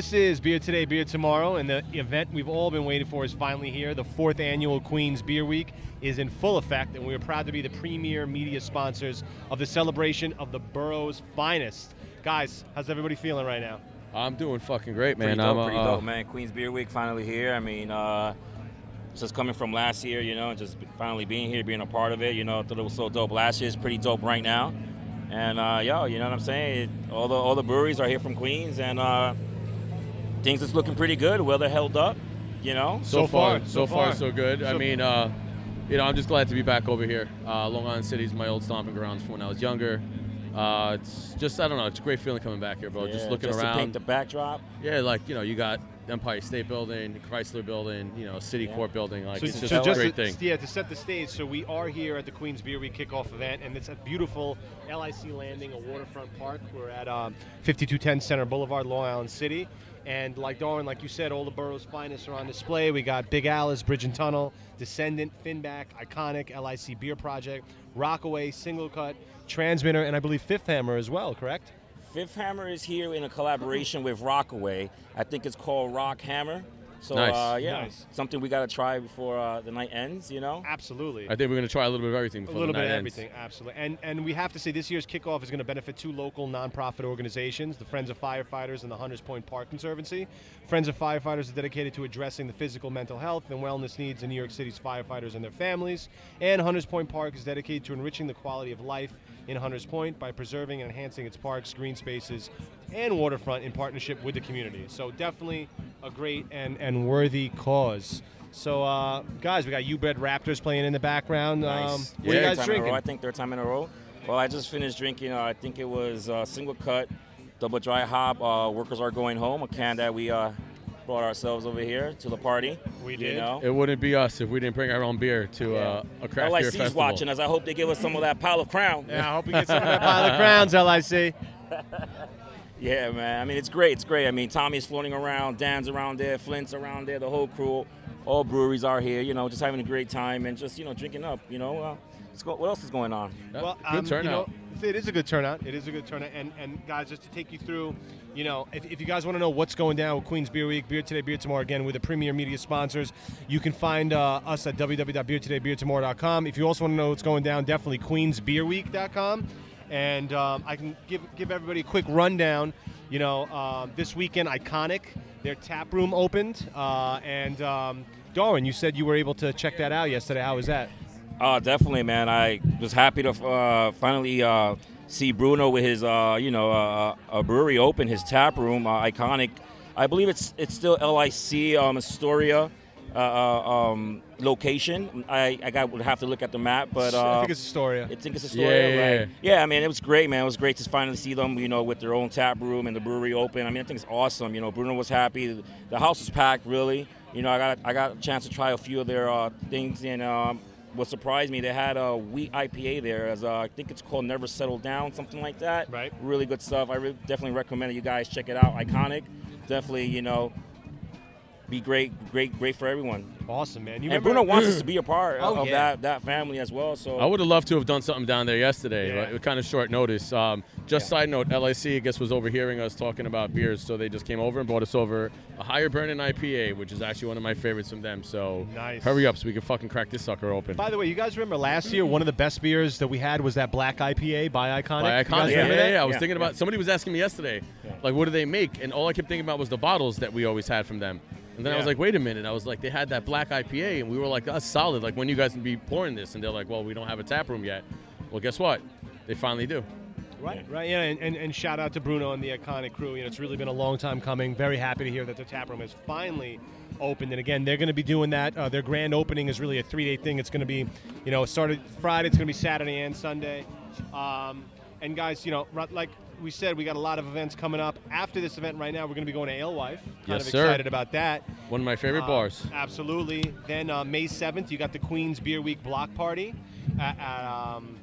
This is Beer Today, Beer Tomorrow, and the event we've all been waiting for is finally here. The fourth annual Queens Beer Week is in full effect, and we are proud to be the premier media sponsors of the celebration of the borough's finest. Guys, how's everybody feeling right now? I'm doing fucking great, man. Pretty dope, I'm, uh, pretty dope, man. Queens Beer Week finally here. I mean, uh, just coming from last year, you know, just finally being here, being a part of it. You know, I thought it was so dope last year. It's pretty dope right now. And uh, yo, you know what I'm saying? It, all the all the breweries are here from Queens, and uh, things is looking pretty good. Weather held up, you know. So, So far, far, so so far, far. so good. I So- mean, uh, you know, I'm just glad to be back over here. Uh, Long Island City is my old stomping grounds from when I was younger. Uh, it's just, I don't know, it's a great feeling coming back here, bro. Yeah, just looking just around. to paint the backdrop. yeah, like you know, you got Empire State Building, the Chrysler Building, you know, City Yeah. Court Building. Like it's so just so a great to, thing. Yeah, to set the stage, so we are here at the Queens Beer Week kickoff event, and it's a beautiful LIC Landing, a waterfront park. We're at um, 5210 Center Boulevard, Long Island City. And like Darwin, like you said, all the borough's finest are on display. We got Big Alice, Bridge and Tunnel, Descendant, Finback, Iconic, LIC Beer Project, Rockaway, Single Cut, Transmitter, and I believe Fifth Hammer as well, correct? Fifth Hammer is here in a collaboration with Rockaway. I think it's called Rock Hammer. So Nice. uh, yeah, Nice. something we gotta try before uh, the night ends. You know. Absolutely. I think we're gonna try a little bit of everything. a Before little the bit night of ends. everything, absolutely. And and we have to say this year's kickoff is going to benefit two local nonprofit organizations, the Friends of Firefighters and the Hunters Point Park Conservancy. Friends of Firefighters are dedicated to addressing the physical, mental health, and wellness needs in New York City's firefighters and their families. And Hunters Point Park is dedicated to enriching the quality of life in Hunters Point by preserving and enhancing its parks, green spaces, and waterfront in partnership with the community. So definitely a great and and worthy cause. So, uh, guys, we got U-Bred Raptors playing in the background. Um, Nice. what are Yeah, Third you guys time in a row, drinking? I think third time in a row. Well, I just finished drinking. Uh, I think it was uh, single cut, double dry hop. Uh, workers are going home. A can that we uh, brought ourselves over here to the party. We You did. know. It wouldn't be us if we didn't bring our own beer to uh, a craft beer LIC's festival. watching us. I hope they give us some of that pile of crown. Yeah, I hope we get some of that pile of crowns, LIC. Yeah, man. I mean, it's great. It's great. I mean, Tommy's floating around, Dan's around there, Flint's around there, the whole crew. All breweries are here, you know, just having a great time and just, you know, drinking up, you know. Uh, let's go, what else is going on? Yeah, Well, good um, turnout. You know, it is a good turnout. It is a good turnout. And and guys, just to take you through, you know, if, if you guys want to know what's going down with Queens Beer Week, Beer Today, Beer Tomorrow, again, with the premier media sponsors, you can find uh, us at www.beertodaybeertomorrow.com. If you also want to know what's going down, definitely queensbeerweek.com. And um, I can give give everybody a quick rundown. You know, um, this weekend, iconic. Their tap room opened, uh, and um, Darwin, you said you were able to check that out yesterday. How was that? Oh, definitely, man. I was happy to uh, finally uh, see Bruno with his, uh, you know, uh, a brewery open, his tap room, uh, iconic. I believe it's it's still LIC um, Astoria uh, uh, um, location. I, I got would have to look at the map, but uh, I think it's Astoria. I think it's a story. Yeah, Yeah, yeah, right? yeah. I mean, it was great, man. It was great to finally see them, you know, with their own tap room and the brewery open. I mean, I think it's awesome. You know, Bruno was happy. The house was packed, really. You know, I got I got a chance to try a few of their uh, things, and um, what surprised me, they had a wheat IPA there, as uh, I think it's called Never Settle Down, something like that. Right. Really good stuff. I re- definitely recommend it. You guys check it out. Iconic. Definitely, you know, be great, great, great for everyone. Awesome, man. You And remember- Bruno wants us to be a part Oh, of yeah. that that family as well. So I would have loved to have done something down there yesterday, Yeah. but it was kind of short notice. Um, just Yeah. side note, LIC, I guess, was overhearing us talking about beers, so they just came over and brought us over a higher burning IPA, which is actually one of my favorites from them. So Nice. hurry up so we can fucking crack this sucker open. By the way, you guys remember last year one of the best beers that we had was that black IPA by Iconic. By You guys Iconic. Yeah, remember yeah, that? yeah. I was Yeah, thinking yeah. about somebody was asking me yesterday, Yeah. like, what do they make? And all I kept thinking about was the bottles that we always had from them. And then I was Yeah. like, wait a minute. I was like, they had that black IPA, and we were like, that's solid. Like, when you guys can be pouring this? And they're like, well, we don't have a tap room yet. Well, guess what? They finally do. Right, right. Yeah, and, and, and shout out to Bruno and the Iconic crew. You know, it's really been a long time coming. Very happy to hear that their tap room has finally opened. And again, they're going to be doing that. Uh, their grand opening is really a three day thing. It's going to be, you know, it started Friday. It's going to be Saturday and Sunday. Um, and guys, you know, ri- like we said, we got a lot of events coming up. After this event, right now, we're going to be going to Alewife. Kind Yes, of sir. excited about that. One of my favorite Uh, bars. Absolutely. Then uh, May 7th, you got the Queens Beer Week block party at, at, um,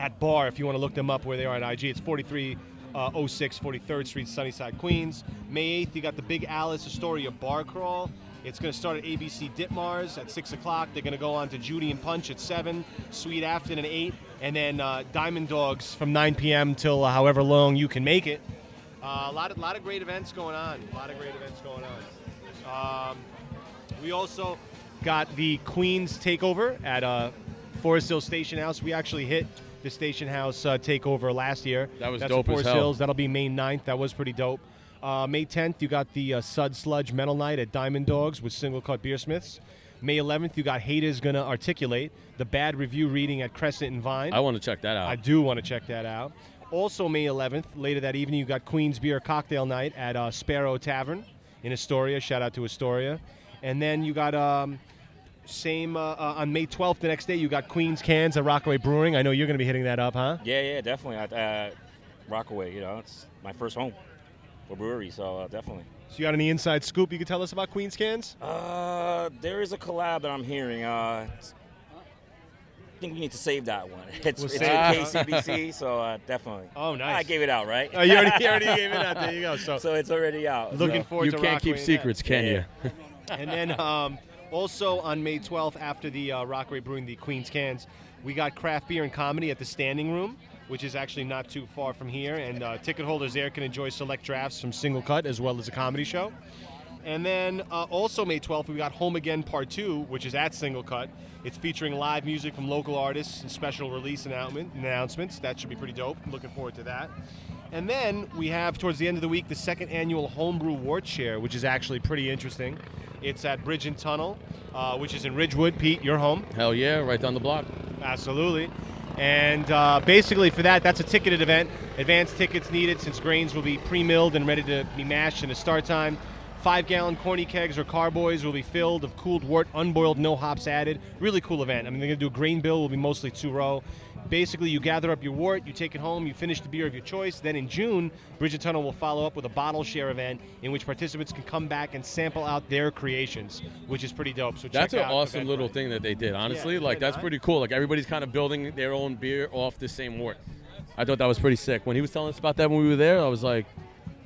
at Bar, if you want to look them up where they are on IG. It's 43. Uh, 06 43rd Street, Sunnyside, Queens. May 8th, you got the Big Alice Astoria Bar Crawl. It's going to start at ABC Ditmars at 6 o'clock. They're going to go on to Judy and Punch at 7, Sweet Afton at uh, 8, and then uh, Diamond Dogs from 9 p.m. till however long you can make it. Um, Uh, a lot of lot of great events going on. A lot of great events going on. Um, we also got the Queens takeover at uh, Forest Hill Station House. We actually hit the Station House uh, takeover last year. That was That's dope as Forest hell. Hills. That'll be May 9th. That was pretty dope. Uh, May 10th, you got the uh, Sud Sludge Metal Night at Diamond Dogs with Single Cut Beersmiths. May 11th, you got Haters Gonna Articulate, the bad review reading at Crescent and Vine. I want to check that out. I do want to check that out. Also, May 11th, later that evening, you got Queens Beer Cocktail Night at uh, Sparrow Tavern in Astoria. Shout out to Astoria. And then you got um, same uh, uh, on May 12th, the next day, you got Queens Cans at Rockaway Brewing. I know you're going to be hitting that up, huh? Yeah, yeah, definitely. I, uh, Rockaway, you know, it's my first home for brewery, so uh, definitely. So you got any inside scoop you could tell us about Queens Cans? Uh, there is a collab that I'm hearing. Uh, it's- I think we need to save that one. It's, We'll it's save with KCBC, so uh, definitely. Oh, nice. I gave it out, right? Oh, you already, you already gave it out. There you go. So, so it's already out. looking so. forward you to can't Rockaway keep Net. secrets, can Yeah. you? And then um, also on May 12th, after the uh, Rockaway Brewing, the Queen's Cans, we got craft beer and comedy at the Standing Room, which is actually not too far from here. And uh, ticket holders there can enjoy select drafts from Single Cut as well as a comedy show. And then uh, also May 12th, we got Home Again Part 2, which is at Single Cut. It's featuring live music from local artists and special release announcement, announcements. That should be pretty dope. I'm looking forward to that. And then we have, towards the end of the week, the second annual Homebrew Wart Share, which is actually pretty interesting. It's at Bridge and Tunnel, uh, which is in Ridgewood. Pete, your home. Hell yeah, right down the block. Absolutely. And uh, basically, for that, that's a ticketed event. Advanced tickets needed since grains will be pre milled and ready to be mashed in a start time. Five gallon corny kegs or carboys will be filled of cooled wort, unboiled, no hops added. Really cool event. I mean, they're going to do a grain bill, will be mostly two row. Basically, you gather up your wort, you take it home, you finish the beer of your choice. Then in June, Bridget Tunnel will follow up with a bottle share event in which participants can come back and sample out their creations, which is pretty dope. So check That's an out awesome Eventbrite. little thing that they did. Honestly, Yeah, like yeah, that's no, I- pretty cool. Like everybody's kind of building their own beer off the same wort. I thought that was pretty sick. When he was telling us about that when we were there, I was like,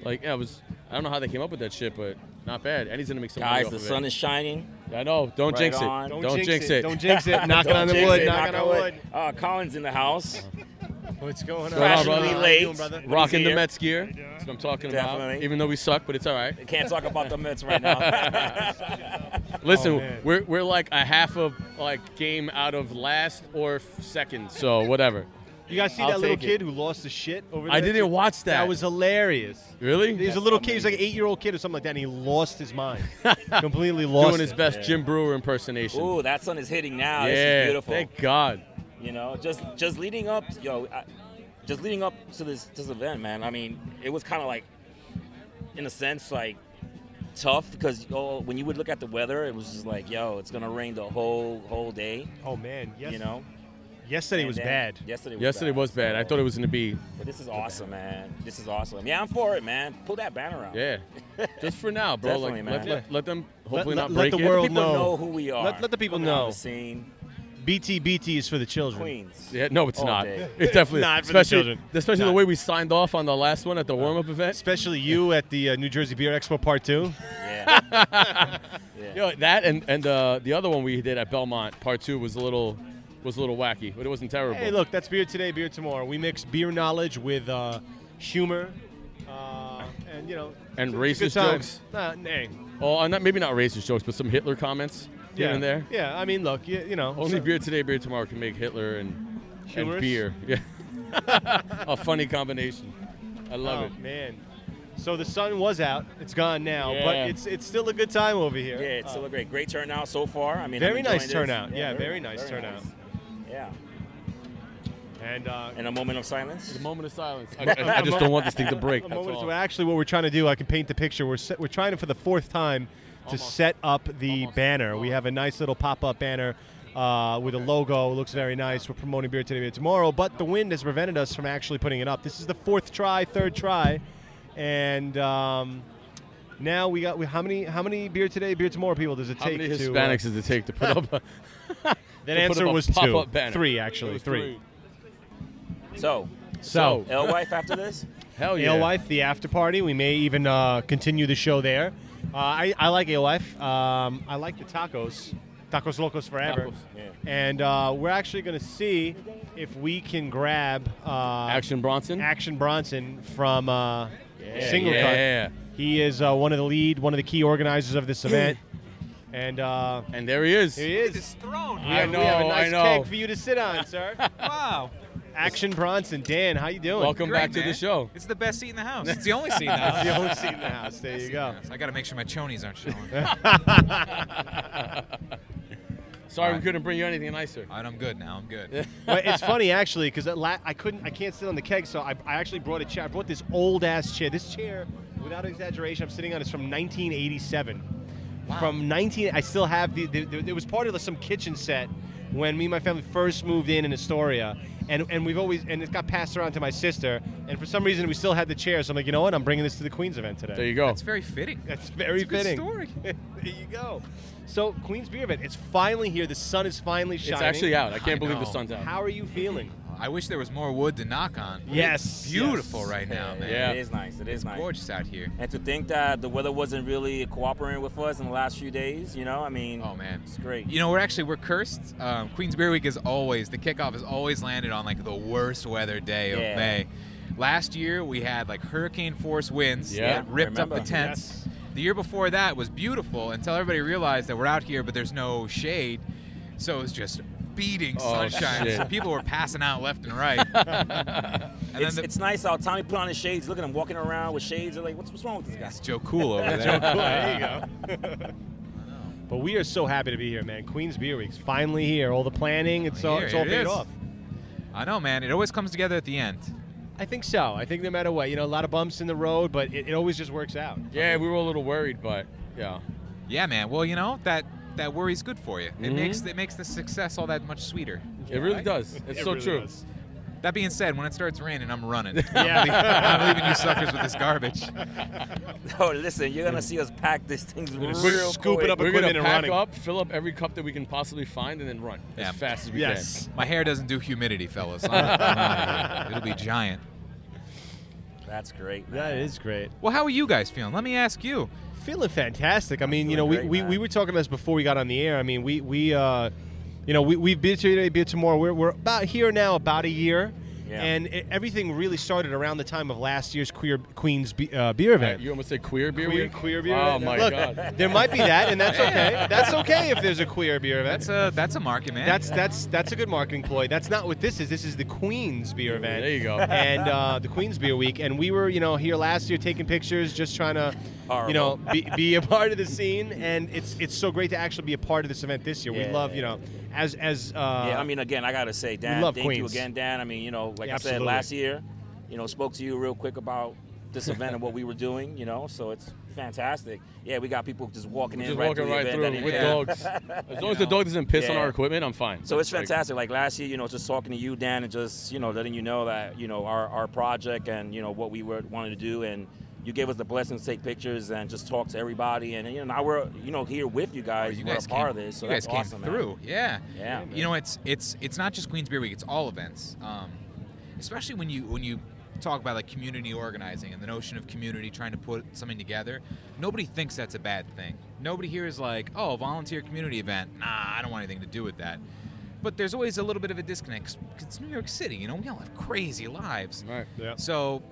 like yeah, I was. I don't know how they came up with that shit, but not bad. Eddie's gonna make some money Guys, off the of sun it. is shining. I know. Don't Right jinx it. on. Don't, jinx it. Don't jinx it. Knocking Don't on the jinx wood. it, Knocking knock on wood. Uh, Colin's in the house. What's going on? What How up, brother? Fashionably you late. doing, brother? What Rocking is the here? Mets gear. That's what I'm talking about. Definitely. Even though we suck, but it's all right. Can't talk about the Mets right now. Listen, Oh, man. we're, we're like a half of like game out of last or f- second, so whatever. You guys see I'll that little take it. kid who lost his shit over there? I didn't watch that. That was hilarious. really He was a That's little kid. He was like an amazing. eight-year-old kid or something like that, and he lost his mind. Completely lost. doing his it. best Jim Brewer impersonation. Ooh, that sun is hitting now. yeah, This is beautiful. thank God. You know, just just leading up, yo, I, just leading up to this this event, man. I mean, it was kind of like, in a sense, like tough because yo, when you would look at the weather, it was just like, yo, it's gonna rain the whole whole day. Oh man, yes, You know, yesterday And was then- bad. Yesterday was Yesterday bad. was bad. I so- thought it was gonna be But this is awesome, man. This is awesome. Yeah, I'm for it, man. Pull that banner out. yeah. Just for now, bro. like Definitely, let, man. let, let them hopefully let- not let break the it. world- People No. know who we are. Let- let the people Coming out of know. The scene, BT BT is for the children. Queens. Yeah, no, it's All not. day. It's definitely Not for the especially children. especially the Not. Uh, way we signed off on the last one at the warm up event. Especially you at the uh, New Jersey Beer Expo Part Two. Yeah. yeah. Yo, that and and uh, the other one we did at Belmont Part Two was a little was a little wacky, but it wasn't terrible. Hey, look, that's beer today, beer tomorrow. We mix beer knowledge with uh, humor, uh, and you know, And it's a good racist time. jokes. Nah, nay. Oh, uh, not, maybe not racist jokes, but some Hitler comments here yeah. and there. Yeah, I mean, look, you, you know, Only so- beer today, beer tomorrow can make Hitler and, and Humorous? beer. Yeah, a funny combination. I love oh, man. So the sun was out. It's gone now, but Yeah. it's it's still a good time over here. Uh, Yeah, it's still a great, great turnout so far. I mean, I'm Very enjoying nice this. turnout. Yeah, very nice turnout. Yeah, and uh, and a moment of it. silence. A moment of silence. I, I- I just don't want this thing to break. a that's moment all. so actually what we're trying to do, I can paint the picture. We're set, we're trying to, for the fourth time to Almost. set up the Almost. banner. We have a nice little pop-up banner. Uh, with a logo, it looks very nice. We're promoting beer today, beer tomorrow, but the wind has prevented us from actually putting it up. This is the fourth try, third try, and um, now we got we, how many how many beer today, beer tomorrow people does it How take? to, many uh, Hispanics does it take to put up? A, That to put answer up a was two, pop-up banner? three It actually, was three. So, So, L wife after this? Hell Oh, yeah. Alewife, the after party. We may even uh, continue the show there. Uh, I, I like Alewife. Um, I like the tacos, tacos locos forever. Tacos. Yeah. And uh, we're actually going to see if we can grab uh, Action Bronson. Action Bronson from uh, Yeah, single yeah. cut. He is uh, one of the lead, one of the key organizers of this event, and uh, And there he is. here he It is. is thrown. We have, we have a know, I nice know. keg for you to sit on, sir. Wow. Action Bronson, Dan, how you doing? Welcome Great, back to the man. show. It's the best seat in the house. It's the only seat in the house. That's the only seat in the house. There you go. I got to make sure my chonies aren't showing. Sorry we Alright. couldn't bring you anything nicer. All right, I'm good now. I'm good. But it's funny actually because la- I couldn't, I can't sit on the keg, so I, I actually brought a chair. I brought this old ass chair. This chair, without exaggeration, I'm sitting on is from 1987. From 19, I still have the, the, the. It was part of some kitchen set when me and my family first moved in in Astoria, and and we've always and it got passed around to my sister, and for some reason we still had the chair. So I'm like, you know what? I'm bringing this to the Queens event today. There you go. It's very fitting. That's very It's a good fitting. story. there you go. So oh, Queens Beer Event, it's finally here. The sun is finally It's shining. actually out. I can't I believe the know. sun's out. How are you feeling? I wish there was more wood to knock on. Yes, Beautiful yes. right now, man. Yeah. It is nice. It is nice. Gorgeous out here. And to think that the weather wasn't really cooperating with us in the last few days, you know, I mean, Oh man. it's great. You know, we're actually we're cursed. Um, Queens Beer Week is always the kickoff is always landed on like the worst weather day of Yeah. May. Last year we had like hurricane force winds Yeah. that ripped up the Remember. tents. Yes. The year before that was beautiful until everybody realized that we're out here but there's no shade, so it was just beating Oh, sunshine. shit. So people were passing out left and right. and it's, then the, it's nice out. Tommy put on his shades. Look at him walking around with shades. They're like, what's, what's wrong with this guy? it's Joe Cool over there. there you go. but we are so happy to be here, man. Queens Beer Week's finally here. All the planning, it's all, Here it's all it paid is. off. I know, man. It always comes together at the end. I think so. I think no matter what, you know, a lot of bumps in the road, but it, it always just works out. Yeah, we were a little worried, but yeah. Yeah, man. Well, you know that that worry's good for you. It Mhm. makes it makes the success all that much sweeter. It really Right? does. It's It so really true. does. That being said, when it starts raining, I'm running. Yeah. I'm leaving you suckers with this garbage. Oh, listen, you're gonna see us pack this thing real gonna scoop it quick. up We're equipment gonna and pack running. up, fill up every cup that we can possibly find, and then run Yeah. as fast as we Yes. My hair doesn't do humidity, fellas. I'm- I'm outta here. It'll be giant. That's great. Man. That is great. Well, how are you guys feeling? Let me ask you. Feeling fantastic. I mean, you feeling know, we, great, we, man. we were talking about this before we got on the air. I mean, we we uh, you know, we we've been here today, been tomorrow. We're we're about here now, about a year. Yeah. And it, everything really started around the time of last year's Queer Queens Be- uh, Beer event. can. You almost said queer beer queer, week. queer beer Oh event? my Look, god. There might be that, and that's okay. That's okay if there's a queer beer event. That's a that's a market, man. That's that's that's a good marketing ploy. That's not what this is. This is the Queen's beer event. There you go. And uh, the Queen's Beer Week, and we were, you know, here last year taking pictures, just trying to, you know, be, be a part of the scene. And it's it's so great to actually be a part of this event this year. We Yeah. love, you know, as as uh, Yeah, I mean, again, I gotta say, Dan, love thank you Queens. again, Dan. I mean, you know, like Yeah, I said absolutely. last year, you know, spoke to you real quick about this event and what we were doing. You know, so it's fantastic. Yeah, we got people just walking in Just right walking through right the through event. it that with didn't- dogs. As long as the dog doesn't piss on Yeah. our equipment, I'm fine. So it's Like, fantastic. Like last year, you know, just talking to you, Dan, and just you know, letting you know that you know our, our project and you know what we were wanted to do, and you gave us the blessing to take pictures and just talk to everybody, and you know now we're you know here with you Oh, guys. you we're guys a came, part of this, so you guys that's came awesome. man. through. Yeah. Yeah, man. You know, it's it's it's not just Queens Beer Week. It's all events. Um, especially when you when you talk about like community organizing and the notion of community trying to put something together. Nobody thinks that's a bad thing. Nobody here is like, oh, volunteer community event. Nah, I don't want anything to do with that. But there's always a little bit of a disconnect 'cause it's New York City. You know, we all have crazy lives. Right. yeah. So,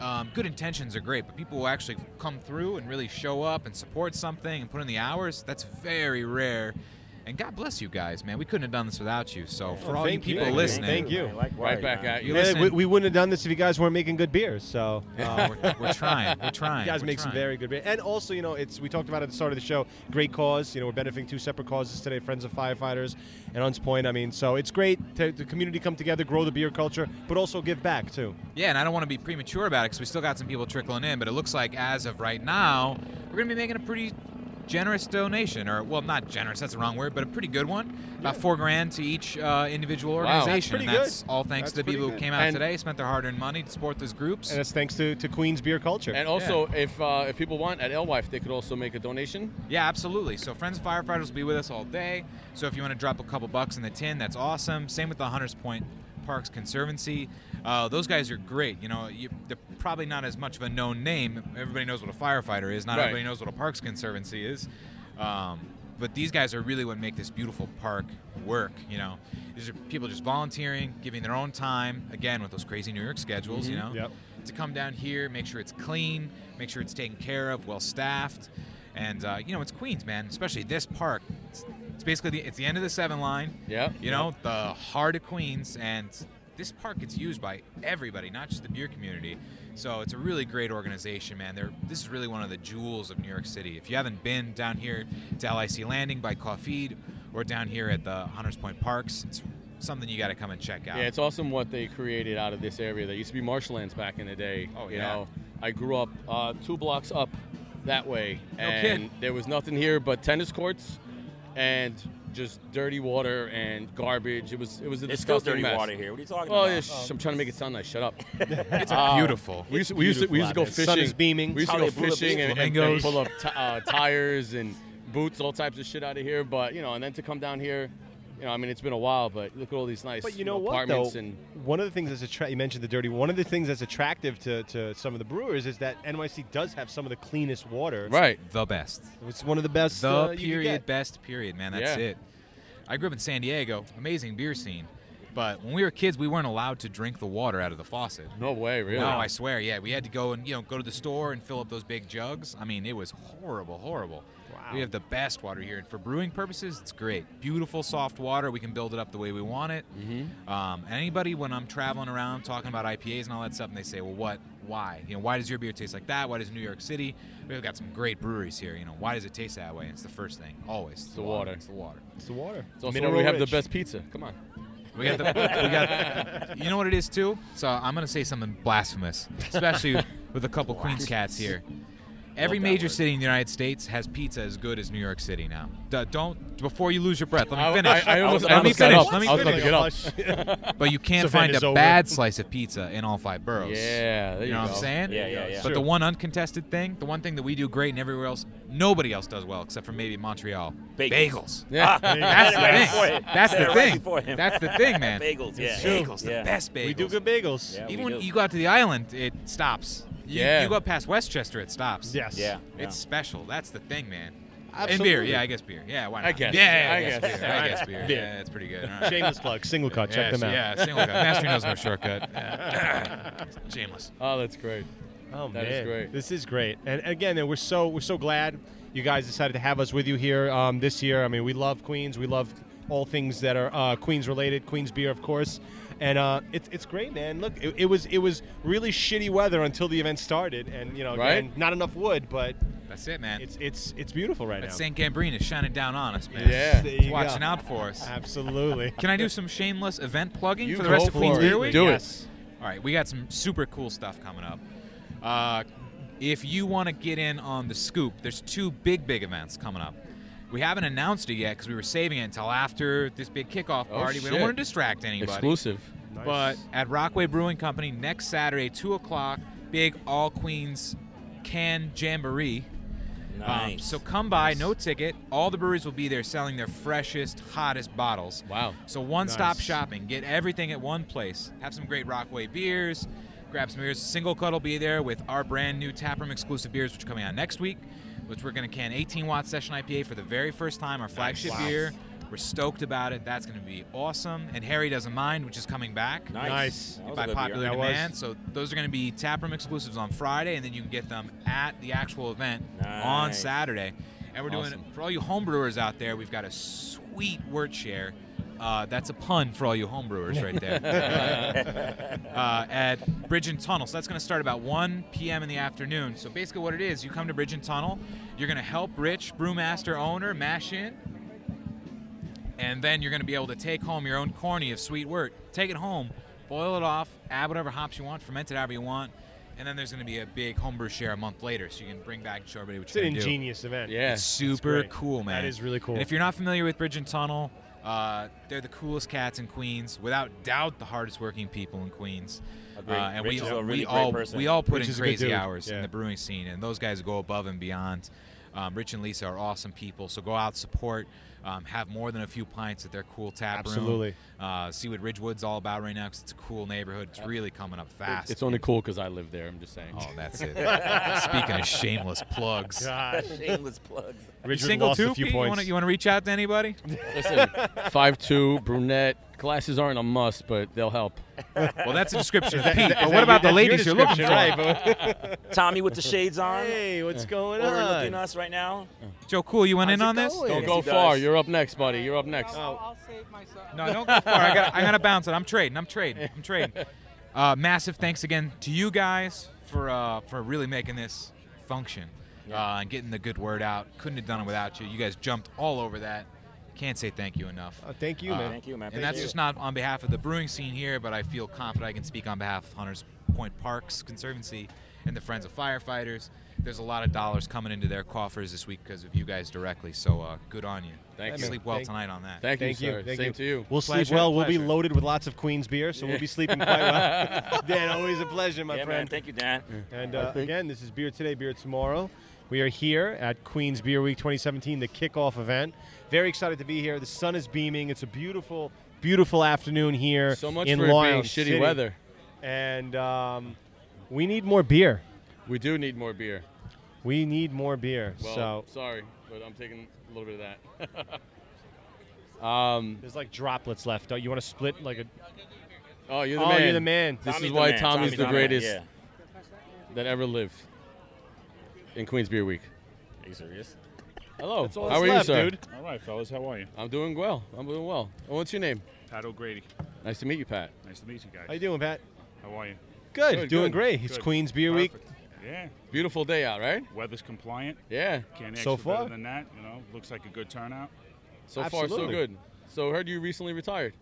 um, good intentions are great, but people who actually come through and really show up and support something and put in the hours, that's very rare. And God bless you guys, man. We couldn't have done this without you. So, for all you thank you. people Thank you. listening, Thank you. man. Likewise, Right back man. at you. Yeah, listen- we, we wouldn't have done this if you guys weren't making good beers. So. uh, we're, we're trying. We're trying. You guys we're make some trying. very good beer. And also, you know, it's we talked about it at the start of the show. Great cause. You know, we're benefiting two separate causes today: Friends of Firefighters and Hunts Point. I mean, so it's great to the community come together, grow the beer culture, but also give back too. Yeah, and I don't want to be premature about it because we still got some people trickling in, but it looks like as of right now, we're going to be making a pretty generous donation, or well, not generous, that's the wrong word, but a pretty good one. About four grand to each uh, individual Wow. That's organization. pretty and that's good. all thanks That's to the people pretty who good. came out And- today, spent their hard earned money to support those groups. And that's thanks to, to Queens beer culture. And also, if uh, if people want at Elwife, they could also make a donation. Yeah, absolutely. So Friends of Firefighters will be with us all day. So if you want to drop a couple bucks in the tin, that's awesome. Same with the Hunters Point Parks Conservancy. Uh, those guys are great. You know, you, they're probably not as much of a known name. Everybody knows what a firefighter is. Not Right. everybody knows what a Parks Conservancy is. Um, but these guys are really what make this beautiful park work. You know, Mm-hmm. these are people just volunteering, giving their own time. Again, with those crazy New York schedules. You know, Yep. to come down here, make sure it's clean, make sure it's taken care of, well staffed, and uh, you know it's Queens, man. Especially this park. It's, it's basically the, it's the end of the seven line. Yeah. You know the heart of Queens, and this park gets used by everybody, not just the beer community. So it's a really great organization, man. They're, this is really one of the jewels of New York City. If you haven't been down here to LIC Landing by Coffeed or down here at the Hunters Point Parks, it's something you got to come and check out. Yeah, it's awesome what they created out of this area. That used to be marshlands back in the day. Oh, you yeah. know, I grew up uh, two blocks up that way, and kidding. there was nothing here but tennis courts and just dirty water and garbage. It was it was a It's still dirty disgusting mess. water here. What are you talking Oh, about? yeah, sh- I'm trying to make it sound nice. Shut up. Uh, it's beautiful. We used, to, we, used to, we used to go Beautiful out there. fishing. Sun is beaming. We used to How go they blew the fishing and, and, and flamingos. pull up t- uh, tires and boots, all types of shit out of here. But you know, and then to come down here, you know, I mean, it's been a while, but look at all these nice But you know what, though, apartments and one of the things that's attra- you mentioned the dirty. One of the things that's attractive to, to some of the brewers is that NYC does have some of the cleanest water. right. The best. it's one of the best. The uh, you could period, get. best period, man. That's Yeah. it. I grew up in San Diego, amazing beer scene. But when we were kids, we weren't allowed to drink the water out of the faucet. No way, really. No, I swear. Yeah, we had to go and you know go to the store and fill up those big jugs. I mean, it was horrible, horrible. Wow. We have the best water here, and for brewing purposes, it's great. Beautiful, soft water. We can build it up the way we want it. Mm-hmm. Um, and anybody, when I'm traveling around talking about IPAs and all that stuff, and they say, "Well, what? Why? You know, why does your beer taste like that? Why does New York City? We've got some great breweries here. You know, why does it taste that way?" And it's the first thing, always. It's the water. It's the water. It's the water. It's also where Mineral we have rich. the best pizza. Come on. We got the. we got. You know what it is too. So I'm gonna say something blasphemous, especially with a couple Queens cats here. Every Love that major word. city in the United States has pizza as good as New York City now. D- don't before you lose your breath. Let I- me finish. I, I almost, let I me almost finish. got up. Let me I was about finish. to get up. But you can't Savannah's find a over. bad slice of pizza in all five boroughs. Yeah, there you, You know go. what I'm saying? Yeah, yeah, yeah. But the one uncontested thing, the one thing that we do great and everywhere else, nobody else does well except for maybe Montreal. Bagels. Bagels. Ah, Yeah. That's Said it right the before thing. him. That's Said the it right thing. before him. That's the thing, man. Bagels, yeah. Bagels, the Yeah. best bagels. We do good bagels. Yeah, we Even when do. you go out to the island, it stops. You, Yeah. you go past Westchester, it stops. Yes. Yeah. It's special. That's the thing, man. And beer, Absolutely. yeah, I guess beer. Yeah, why I not? guess. Yeah, I guess. beer. I guess beer. Beer. Yeah, that's pretty good. All right. Shameless plug. Single cut. yeah, Uh, Check them so- out. Yeah, single cut. Master knows no shortcut. Yeah. Shameless. Oh, that's great. Oh That man, is great. This is great. And again, and we're so we're so glad you guys decided to have us with you here um, this year. I mean, we love Queens. We love all things that are uh, Queens related. Queens beer, of course. And uh, it's it's great, man. Look, it, it was it was really shitty weather until the event started, and you know, Right? again, not enough wood, but That's it, man. it's it's it's beautiful right But now. St. Gambrine is shining down on us, man. Yeah. There It's you watching go. out for us. Absolutely. Can I do some shameless event plugging You for the rest go of Queens for it. Beer Week? Do it. Yes. All right, we got some super cool stuff coming up. Uh, if you want to get in on the scoop, there's two big, big events coming up. We haven't announced it yet because we were saving it until after this big kickoff Oh, party. we don't shit. want to distract anybody. Exclusive. Nice. But at Rockway Brewing Company next Saturday, 2 o'clock, big All Queens Can Jamboree. Um, Nice. so come by, Nice. no ticket. All the breweries will be there selling their freshest, hottest bottles. Wow. So one-stop Nice. shopping. Get everything at one place. Have some great Rockaway beers. Grab some beers. Single Cut will be there with our brand new taproom exclusive beers, which are coming out next week. Which we're going to can 18 watt session IPA for the very first time, our flagship Wow. beer. We're stoked about it. That's going to be awesome. And Harry doesn't mind, which is coming back Nice. nice. That was a by good beer. popular That was- demand. So those are going to be taproom exclusives on Friday, and then you can get them at the actual event on Nice. Saturday. And we're doing Awesome. for all you homebrewers out there. We've got a sweet word share. Uh, that's a pun for all you homebrewers right there. uh, at Bridge and Tunnel. So that's going to start about 1 p.m. in the afternoon. So basically, what it is, you come to Bridge and Tunnel, you're going to help Rich, brewmaster, owner, mash in and then you're going to be able to take home your own corny of sweet wort. Take it home, boil it off, add whatever hops you want, ferment it however you want, and then there's going to be a big homebrew share a month later, so you can bring back and show everybody what it's you're an going to do. ingenious event. Yeah. It's super great. cool, man. That is really cool. And if you're not familiar with Bridge and Tunnel, uh, they're the coolest cats in Queens, without doubt, the hardest working people in Queens. Agreed. Uh, and Rich we, is a all- really we great all person. we all put Rich in is a good crazy dude. hours in Yeah. the brewing scene, and those guys go above and beyond. Um, Rich and Lisa are awesome people, so go out support. um, have more than a few pints at their cool tap Absolutely. room. Uh, see what Ridgewood's all about right now because it's a cool neighborhood. It's really coming up fast. It's only cool because I live there. I'm just saying. oh, that's it. Speaking of shameless plugs. God. Shameless plugs. You Richard single lost too, a few Pete? You points. wanna- You want to reach out to anybody? Listen, five two, brunette. Glasses aren't a must, but they'll help. Well, that's a description of Pete. Is But that- what about the ladies that's your you're looking for? description, right, but- Tommy with the shades on. hey, what's going Overlooking on? us right now. Joe Cool, you want How's in it on this? going? Don't Yes, go he does. far. You're up next, buddy. You're up next. I'll, I'll save myself. No, don't go far. I got I gotta bounce it. I'm trading. I'm trading. I'm trading. Uh, massive thanks again to you guys for uh, for really making this function uh, and getting the good word out. Couldn't have done it without you. You guys jumped all over that. Can't say thank you enough. Uh, thank you, Uh, man. Thank you, man. and that's Appreciate just not on behalf of the brewing scene here, but I feel confident I can speak on behalf of Hunters Point Parks Conservancy and the Friends of Firefighters. There's a lot of dollars coming into their coffers this week because of you guys directly. So uh, good on you. Thank you. Sleep well Thank- tonight on that. Thank you, Thank you. sir. Thank Same you. to you. We'll sleep Pleasure, well. We'll be pleasure. loaded with lots of Queens beer, so we'll be sleeping quite well. Dan, always a pleasure, my Yeah, man. friend. Thank you, Dan. And uh, again, this is Beer Today, Beer Tomorrow. We are here at Queens Beer Week 2017, the kickoff event. Very excited to be here. The sun is beaming. It's a beautiful, beautiful afternoon here So much in for Long it being Island shitty City. weather. And um, we need more beer. We do need more beer. We need more beer. Well, so sorry, but I'm taking a little bit of that. um, there's like droplets left. Don't you want to split like a? oh, you're the oh, man. you're the man. This Tommy's is the why man. Tommy's the man. greatest Yeah. that ever lived in Queens Beer Week. Are you serious? Hello. That's all How that's are left, you, sir? dude. All right, fellas, how are you? I'm doing well. I'm doing well. Oh, what's your name? Pat O'Grady. Nice to meet you, Pat. Nice to meet you guys. How you doing, Pat? How are you? Good. Good, doing good, great. It's Good. Queens Beer Week. Perfect. Yeah, Beautiful day out, right? weather's compliant. Yeah. Can't ask So for far? better than that. You know, looks like a good turnout. So far, so Absolutely. good. So heard you recently retired.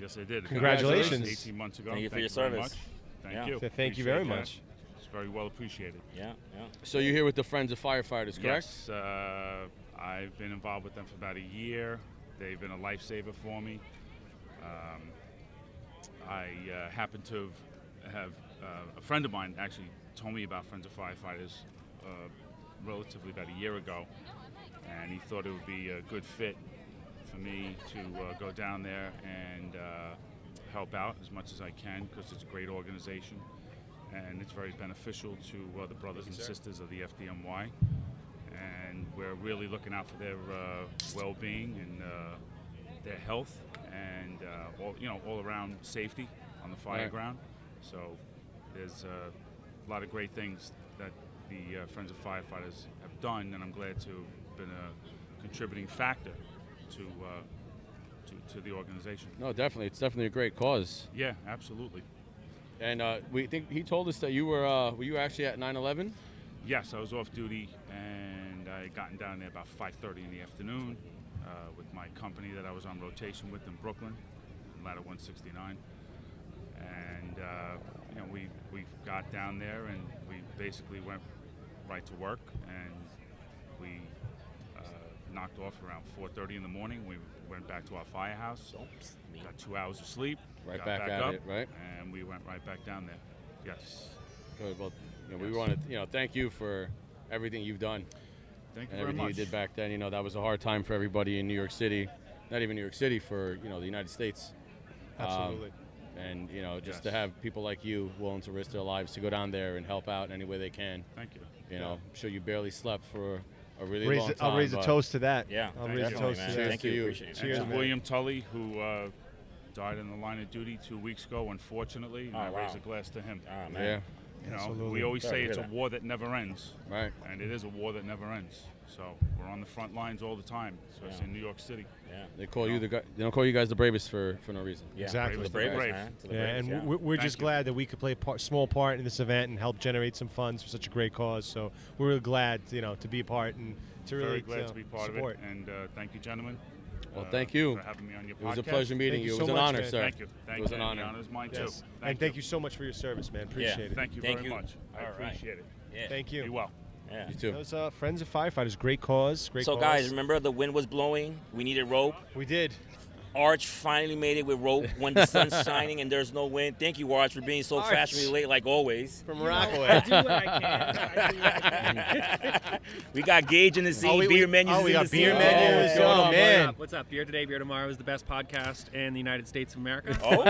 Yes, I did. Congratulations. 18 months ago. Thank you for your very service. much. Thank Yeah. you. So thank you very Appreciate that. much. It's very well appreciated. Yeah, yeah. So you're here with the Friends of Firefighters, correct? Yes, uh, I've been involved with them for about a year. They've been a lifesaver for me. Um, I uh, happen to have, have uh, a friend of mine actually told me about Friends of Firefighters uh, relatively about a year ago, and he thought it would be a good fit for me to uh, go down there and uh, help out as much as I can because it's a great organization. And it's very beneficial to uh, the brothers and sisters of the FDMY and we're really looking out for their uh, well-being and uh, their health and uh, all, you know all around safety on the fire Right. ground. So there's uh, a lot of great things that the uh, Friends of Firefighters have done, and I'm glad to have been a contributing factor to uh, to, to the organization. No, definitely. It's definitely a great cause. Yeah, absolutely. And uh, we think he told us that you were uh, were you actually at 9/11? Yes, I was off duty and I had gotten down there about 5:30 in the afternoon uh, with my company that I was on rotation with in Brooklyn, in Ladder 169, and uh, you know we we got down there and we basically went right to work and we uh, knocked off around 4:30 in the morning. We went back to our firehouse, Oops, me. got two hours of sleep, Right got back back at up, it, right? and we went right back down there. Yes, Good. Well, you know, we Yes. want to you know thank you for everything you've done thank you and very everything much. you did back then. You know that was a hard time for everybody in New York City, not even New York City, for you know the United States. Um, Absolutely. and you know just to Yes. have people like you willing to risk their lives to go down there and help out in any way they can. Thank you. You know, I'm sure you barely slept for a really Raise long it- time. I'll raise a but- toast to that. Yeah, I'll thank raise a you. toast man. to Cheers that. Thank to you. you. Appreciate Cheers, and man. to William Tully, who uh, died in the line of duty two weeks ago, unfortunately. And Oh, I raise wow. a glass to him. Ah, man. Yeah. you know, Absolutely. we always Sorry say to it's hear a that. war that never ends, Right. and it is a war that never ends. So we're on the front lines all the time, especially Yeah. in New York City. Yeah. They call you the guy. They don't call you guys the bravest for for no reason. Yeah, Exactly. bravest, The brave. bravest, man. To the Yeah, bravest, and we're, we're Thank just you. glad that we could play a par- small part in this event and help generate some funds for such a great cause. So we're really glad, you know, to be a part and to really Very glad you know, to be part support. of it, and uh, thank you, gentlemen. Well, uh, thank you. for having me on your It was a podcast. pleasure meeting Thank you you. It so was an much, honor, man. sir. Thank you. Thank it was you. an and the honor. honor's mine Yes. too. and thank you. so much for your service, man. Appreciate it. Thank you Thank very you. much. I All right. appreciate it. Yeah. Thank Be well. Yeah. You too. Those uh, friends of firefighters, great cause, great. So cause. guys, remember the wind was blowing. We needed rope. we did. Arch finally made it with rope when the sun's shining and there's no wind. Thank you, Arch, for being so fashionably late like always. From I Rockaway. do what I can. I do what I can. we got Gage in the scene, Oh, we- we- beer menus. oh, is we in got the beer scene. menus. what's Oh, going on, buddy? man. What's up? What's up? Beer today, beer tomorrow is the best podcast in the United States of America. Oh.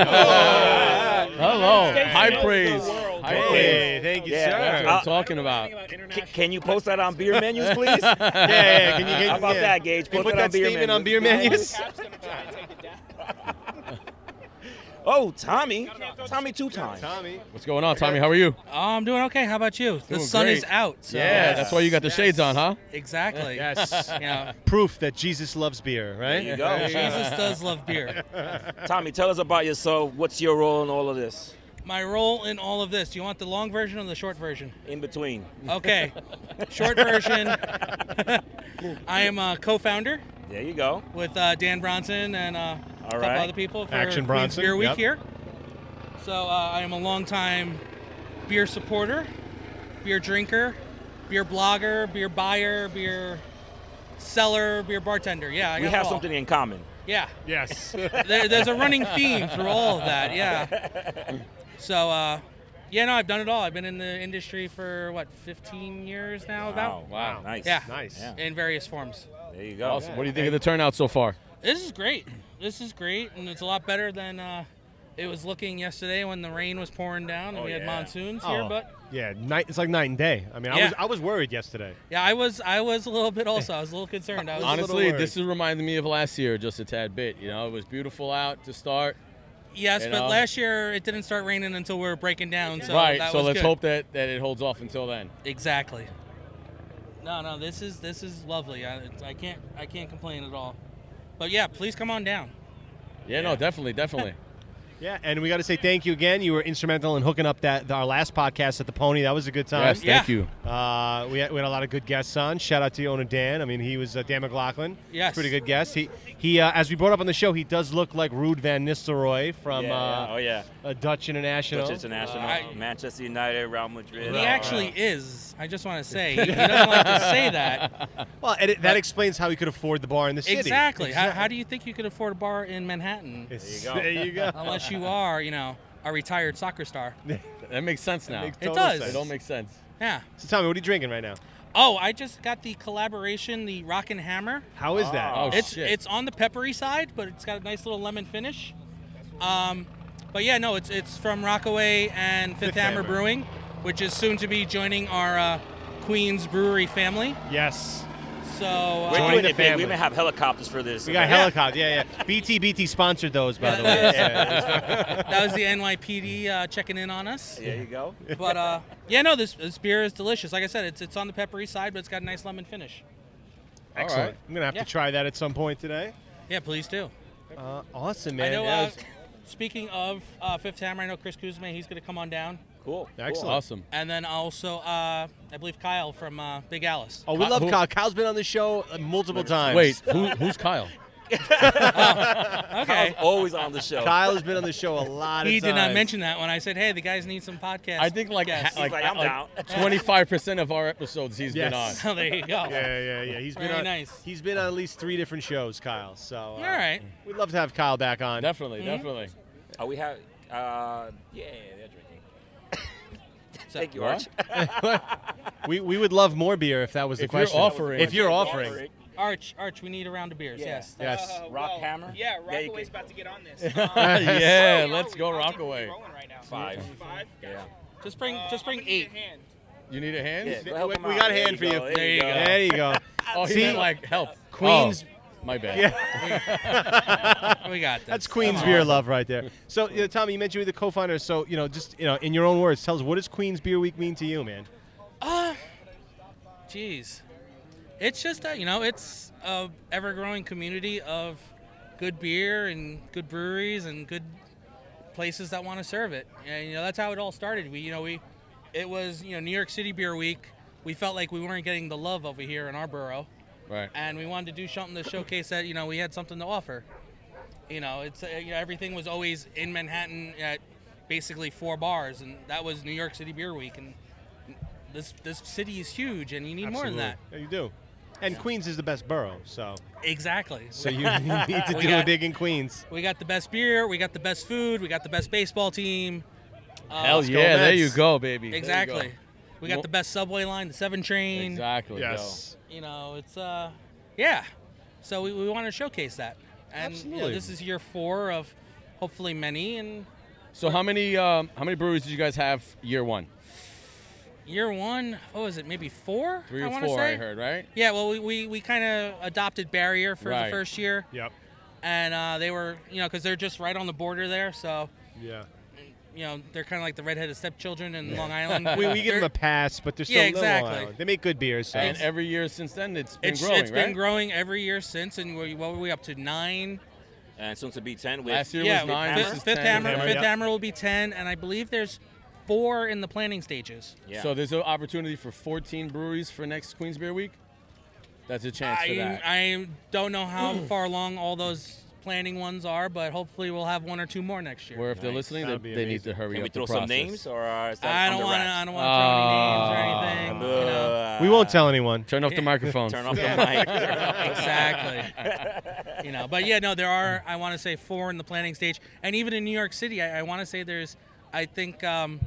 Hello. States High knows praise. the world. High Hey, praise. thank you, Yeah, That's sir. what Uh, I'm talking about. Anything about Can, international- can you post that on beer menus, please? yeah, yeah, can you get How about yeah. that, Gage? Can you Post put it on that beer statement on menus. beer menus? Cap's gonna try and take it down. Oh, Tommy. Tommy two times. Tommy. What's going on, Tommy? How are you? Oh, I'm doing okay. How about you? The Doing sun is great. out. So Yeah, that's why you got the shades on, huh? Exactly. Yes. You know, Proof that Jesus loves beer, right? There you go. Jesus does love beer. Tommy, tell us about yourself. What's your role in all of this? My role in all of this. Do you want the long version or the short version? In between. Okay. Short version. I am a co-founder There you go. with uh, Dan Bronson and uh, a couple right. other people for Action Queens Bronson, Beer Week yep. here. So uh, I am a longtime beer supporter, beer drinker, beer blogger, beer buyer, beer seller, beer bartender. Yeah, I We got it have all. something in common. Yeah. Yes. there, there's a running theme through all of that. Yeah. So, uh, yeah, no, I've done it all. I've been in the industry for what 15 years now, about Wow. Nice. Yeah. nice. Yeah. in various forms. There you go. Awesome. What do you think of the turnout so far? This is great. This is great, and it's a lot better than uh, it was looking yesterday when the rain was pouring down and Oh, we had yeah. Oh. monsoons here. But Oh. yeah, night, it's like night and day. I mean, I Yeah. was I was worried yesterday. yeah, I was I was a little bit also. I was a little concerned. I was Honestly, worried. this is reminding me of last year just a tad bit. You know, it was beautiful out to start. yes, you but know. last year it didn't start raining until we were breaking down. So right. That So was let's good. hope that, that it holds off until then. Exactly. No, no, this is this is lovely. I, it's- I can't I can't complain at all. But yeah, please come on down. Yeah, no, definitely, definitely. Yeah, and we got to say thank you again. You were instrumental in hooking up that our last podcast at the Pony. That was a good time. yes, thank Yeah. you. Uh, we, had, we had a lot of good guests on. Shout out to your owner Dan. I mean, he was uh, Dan McLaughlin. Yes. pretty good guest. He he, uh, as we brought up on the show, he does look like Rude Van Nistelrooy from Yeah, uh, yeah. Oh, yeah. uh, Dutch International. Dutch International, Uh, I- Manchester United, Real Madrid. He actually is. I just want to say he, he doesn't like to say that. Well, and it, that explains how he could afford the bar in the city. Exactly. How, how do you think you could afford a bar in Manhattan It's- There you go. There you go. unless you are, you know, a retired soccer star? That makes sense now. makes It total does. It sense. all makes sense. Yeah. So, Tommy, what are you drinking right now? Oh, I just got the collaboration, the Rock and Hammer. How is that? Oh, It's shit. it's on the peppery side, but it's got a nice little lemon finish. Um, but yeah, no, it's it's from Rockaway and Fifth, Fifth Hammer, Hammer. Brewing, which is soon to be joining our uh, Queens Brewery family. Yes. So uh, We're Join doing the it big. family. We may have helicopters for this. We got Yeah. helicopter. Yeah, yeah. BT BT sponsored those, by the way. Yeah. that was the NYPD uh, checking in on us. There you go. But uh, yeah, no, this, this beer is delicious. Like I said, it's it's on the peppery side, but it's got a nice lemon finish. Excellent. I'm gonna have Yeah. to try that at some point today. Yeah, please do. Uh, awesome, I man. know. Yeah, Uh, it was- speaking of uh, Fifth Hammer, I know Chris Kuzma. He's going to come on down. Cool. Excellent. Awesome. And then also, uh, I believe Kyle from uh, Big Alice. oh, we love who- Kyle. Kyle's been on the show uh, multiple times. Wait, who, who's Kyle? Okay. Cool. Always on the show. Kyle has been on the show a lot. He of did not times. mention that when I said, "Hey, the guys need some podcast." I think like ha- guests." like, like, I'm down. twenty-five percent of our episodes he's been on. Yes. so there you go. Yeah, yeah, yeah. He's been Very on. nice. He's been on at least three different shows, Kyle. So. Uh, All All right. We'd love to have Kyle back on. Definitely, Mm-hmm. definitely. Oh, we have. Uh, yeah, they're drinking. Thank you, What? Arch. We, we would love more beer if that was the If you're question. offering- if you're offering, Arch, Arch, we need a round of beers. Yeah. Yes. yes. Uh, Rock well, Hammer? Yeah, There you Rockaway's go. about to get on this. Um, yeah, How many let's are we? go How deep are we Rockaway. rolling right now? Five. Five? Yeah. Just bring, Uh, just I'm bring gonna eight. need a hand. You need a hand? Yeah, go We- help him we out. got a There hand you for you. go, There you go. There you go. Oh, he See? meant like help. Queens. Oh, my bad. We got this. That's Queens beer love right there. So, you know, Tommy, you mentioned you're the co-founder. So, you know, just you know, in your own words, tell us what does Queens Beer Week mean to you, man? Jeez. Uh, It's just a, you know, it's a ever-growing community of good beer and good breweries and good places that want to serve it. And you know, that's how it all started. We, you know, we it was, you know, New York City Beer Week. We felt like we weren't getting the love over here in our borough, Right. and we wanted to do something to showcase that, you know, we had something to offer. You know, it's uh, you know, everything was always in Manhattan at basically four bars and that was New York City Beer Week and this this city is huge and you need more than that. Yeah, you do. And Queens is the best borough, so Exactly. so you need to We do a e- got- dig in Queens. We got the best beer. We got the best food. We got the best baseball team. Uh, Hell yeah, there Mets. you go, baby. There you go. Exactly. We got Mo- the best subway line, the seven train. Exactly. yo. Yes. You know, it's uh, yeah. So we, we want to showcase that, and you know, Absolutely. this is year four of hopefully many. And So how many um, how many breweries did you guys have year one? year one, what was it? Maybe four? Three I or wanna four, say? I heard, right? Yeah. Well, we we, we kind of adopted barrier for the Right. first year, Yep. and uh, they were you know because they're just right on the border there, so. Yeah. You know, they're kind of like the redheaded stepchildren in Long Island. We, we give them They're- a pass, but they're still Yeah, a little exactly. wild. They make good beers. So. And every year since then, it's been It's, growing, it's right? been growing every year since, and we, what were we up to? Nine. And soon to be 10 with. Last year yeah, was nine. fifth, this is fifth 10. hammer. Hammer, fifth yep. hammer will be ten, and I believe there's four in the planning stages. Yeah. So there's an opportunity for 14 breweries for next Queens Beer Week. That's a chance for I, that. I don't know how far along all those planning ones are, but hopefully we'll have one or two more next year. Where if they're Nice. listening, That'd they, be they need amazing. to hurry Can up we throw the process. some names or uh, is that I don't under want to. wraps? I don't want to throw any Oh. names or anything. you know. Uh, we won't tell anyone. Turn off Yeah. the microphone. Turn off the mic. Turn off the mic. exactly. you know, but yeah, no, there are. I want to say four in the planning stage, and even in New York City, I, I want to say there's. I think um,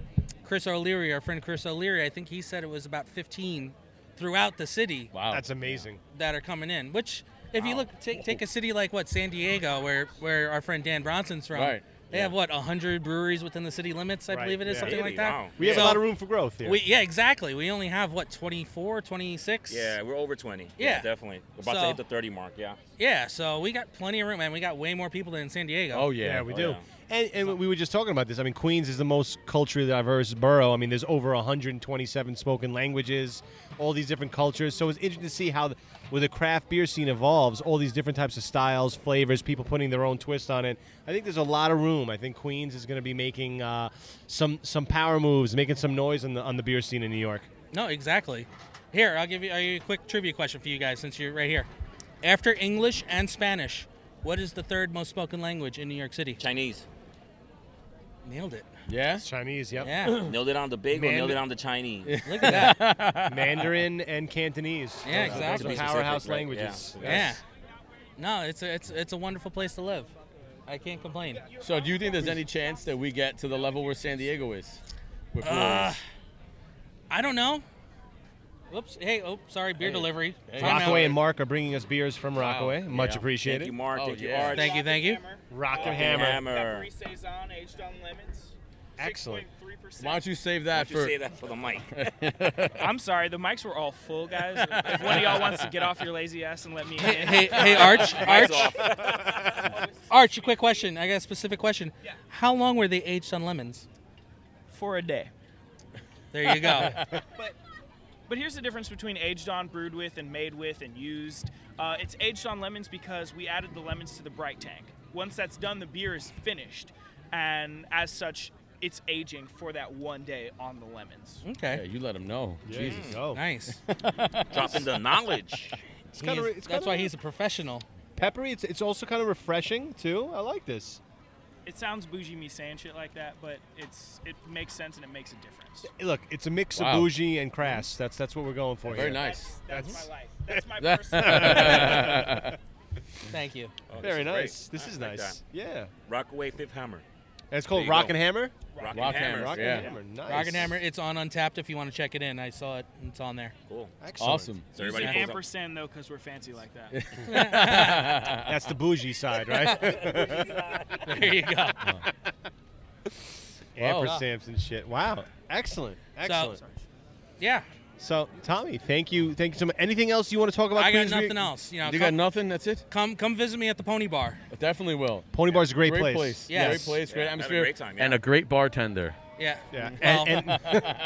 Chris O'Leary, our friend Chris O'Leary, I think he said it was about 15 throughout the city Wow. That's amazing. that are coming in. Which, if you look, take, take a city like what San Diego, where where our friend Dan Bronson's from. Right. They have what 100 breweries within the city limits, I Right, believe it is yeah. something Really? like that. Wow. We have So a lot of room for growth here. we- yeah, exactly. We only have what 24, 26. Yeah, we're over 20. Yeah. definitely. We're about to So- hit the 30 mark, yeah. Yeah, so we got plenty of room, man. We got way more people than in San Diego. oh yeah. Yeah, we Oh, do. yeah. And, and we were just talking about this. I mean, Queens is the most culturally diverse borough. I mean, there's over 127 spoken languages, all these different cultures. So it's interesting to see how, the, where the craft beer scene evolves, all these different types of styles, flavors, people putting their own twist on it. I think there's a lot of room. I think Queens is going to be making uh, some some power moves, making some noise on the on the beer scene in New York. No, exactly. Here, I'll give you a quick trivia question for you guys since you're right here. After English and Spanish, what is the third most spoken language in New York City? Chinese. Nailed it. Yeah. Chinese, yep. Yeah. Nailed it on the big one, Man- nailed it on the Chinese. Look at that. Mandarin and Cantonese. Yeah, Those are- those are exactly. powerhouse Specific, right, languages. yeah. Yeah. No, it's a, it's it's a wonderful place to live. I can't complain. So do you think there's any chance that we get to the level where San Diego is? With Uh, breweries? I don't know. Whoops. Hey, oh, sorry, beer Hey. delivery. Hey. Time out. Rockaway and Mark are bringing us beers from Rockaway. Yeah. Much Thank appreciated. you, Mark. Oh, Thank you, yeah. Art. Thank you, thank you. Rock and Hammer. Hammer. Peppery saison aged on lemons. Excellent. 6.3%. Why don't you save that You for? say that for the mic. I'm sorry, the mics were all full, guys. if one of y'all wants to get off your lazy ass and let me in. Hey, hey, hey, Arch, Arch, Arch. A quick question. I got a specific question. How long were they aged on lemons? For a day. There you go. But but here's the difference between aged on, brewed with, and made with, and used. Uh, it's aged on lemons because we added the lemons to the bright tank. Once that's done, the beer is finished, and as such, it's aging for that one day on the lemons. Yeah, Okay. you let him know. Jesus. Oh. Nice. Dropping the knowledge. He kinda is- re- that's it's kinda why re- he's a professional. Peppery. It's, it's also kind of refreshing too. I like this. It sounds bougie me saying shit like that, but it's it makes sense and it makes a difference. Look, it's a mix Wow. of bougie and crass. That's that's what we're going for Very here. nice. That's, that's my life. That's my personal. Thank you. Very Oh, This is great. nice. This I is like nice. that. Yeah. Rockaway Fifth Hammer. And it's There called you Rock go. and Hammer. Rock, Rock and Hammer, Hammer. Rock yeah. and Hammer. Nice. Rock and Hammer. It's on Untapped if you want to check it in. I saw it. It's on there. Cool. Excellent. Awesome. So Use everybody an pulls up. ampersand though, because we're fancy like that. That's the bougie side, right? There you go. Ampersamps and shit. Wow. Excellent. Excellent. So, Yeah. Tommy, thank you. Thank you so much. Anything else you want to talk about? I got Queens Re- nothing else. You know, You got come, nothing? That's it. come come visit me at the Pony Bar. Definitely will. Pony Bar's a great, place. Yes. Great place. Great Yeah, I had a atmosphere. great time, yeah. And a great bartender. Yeah. Yeah. Well, And, and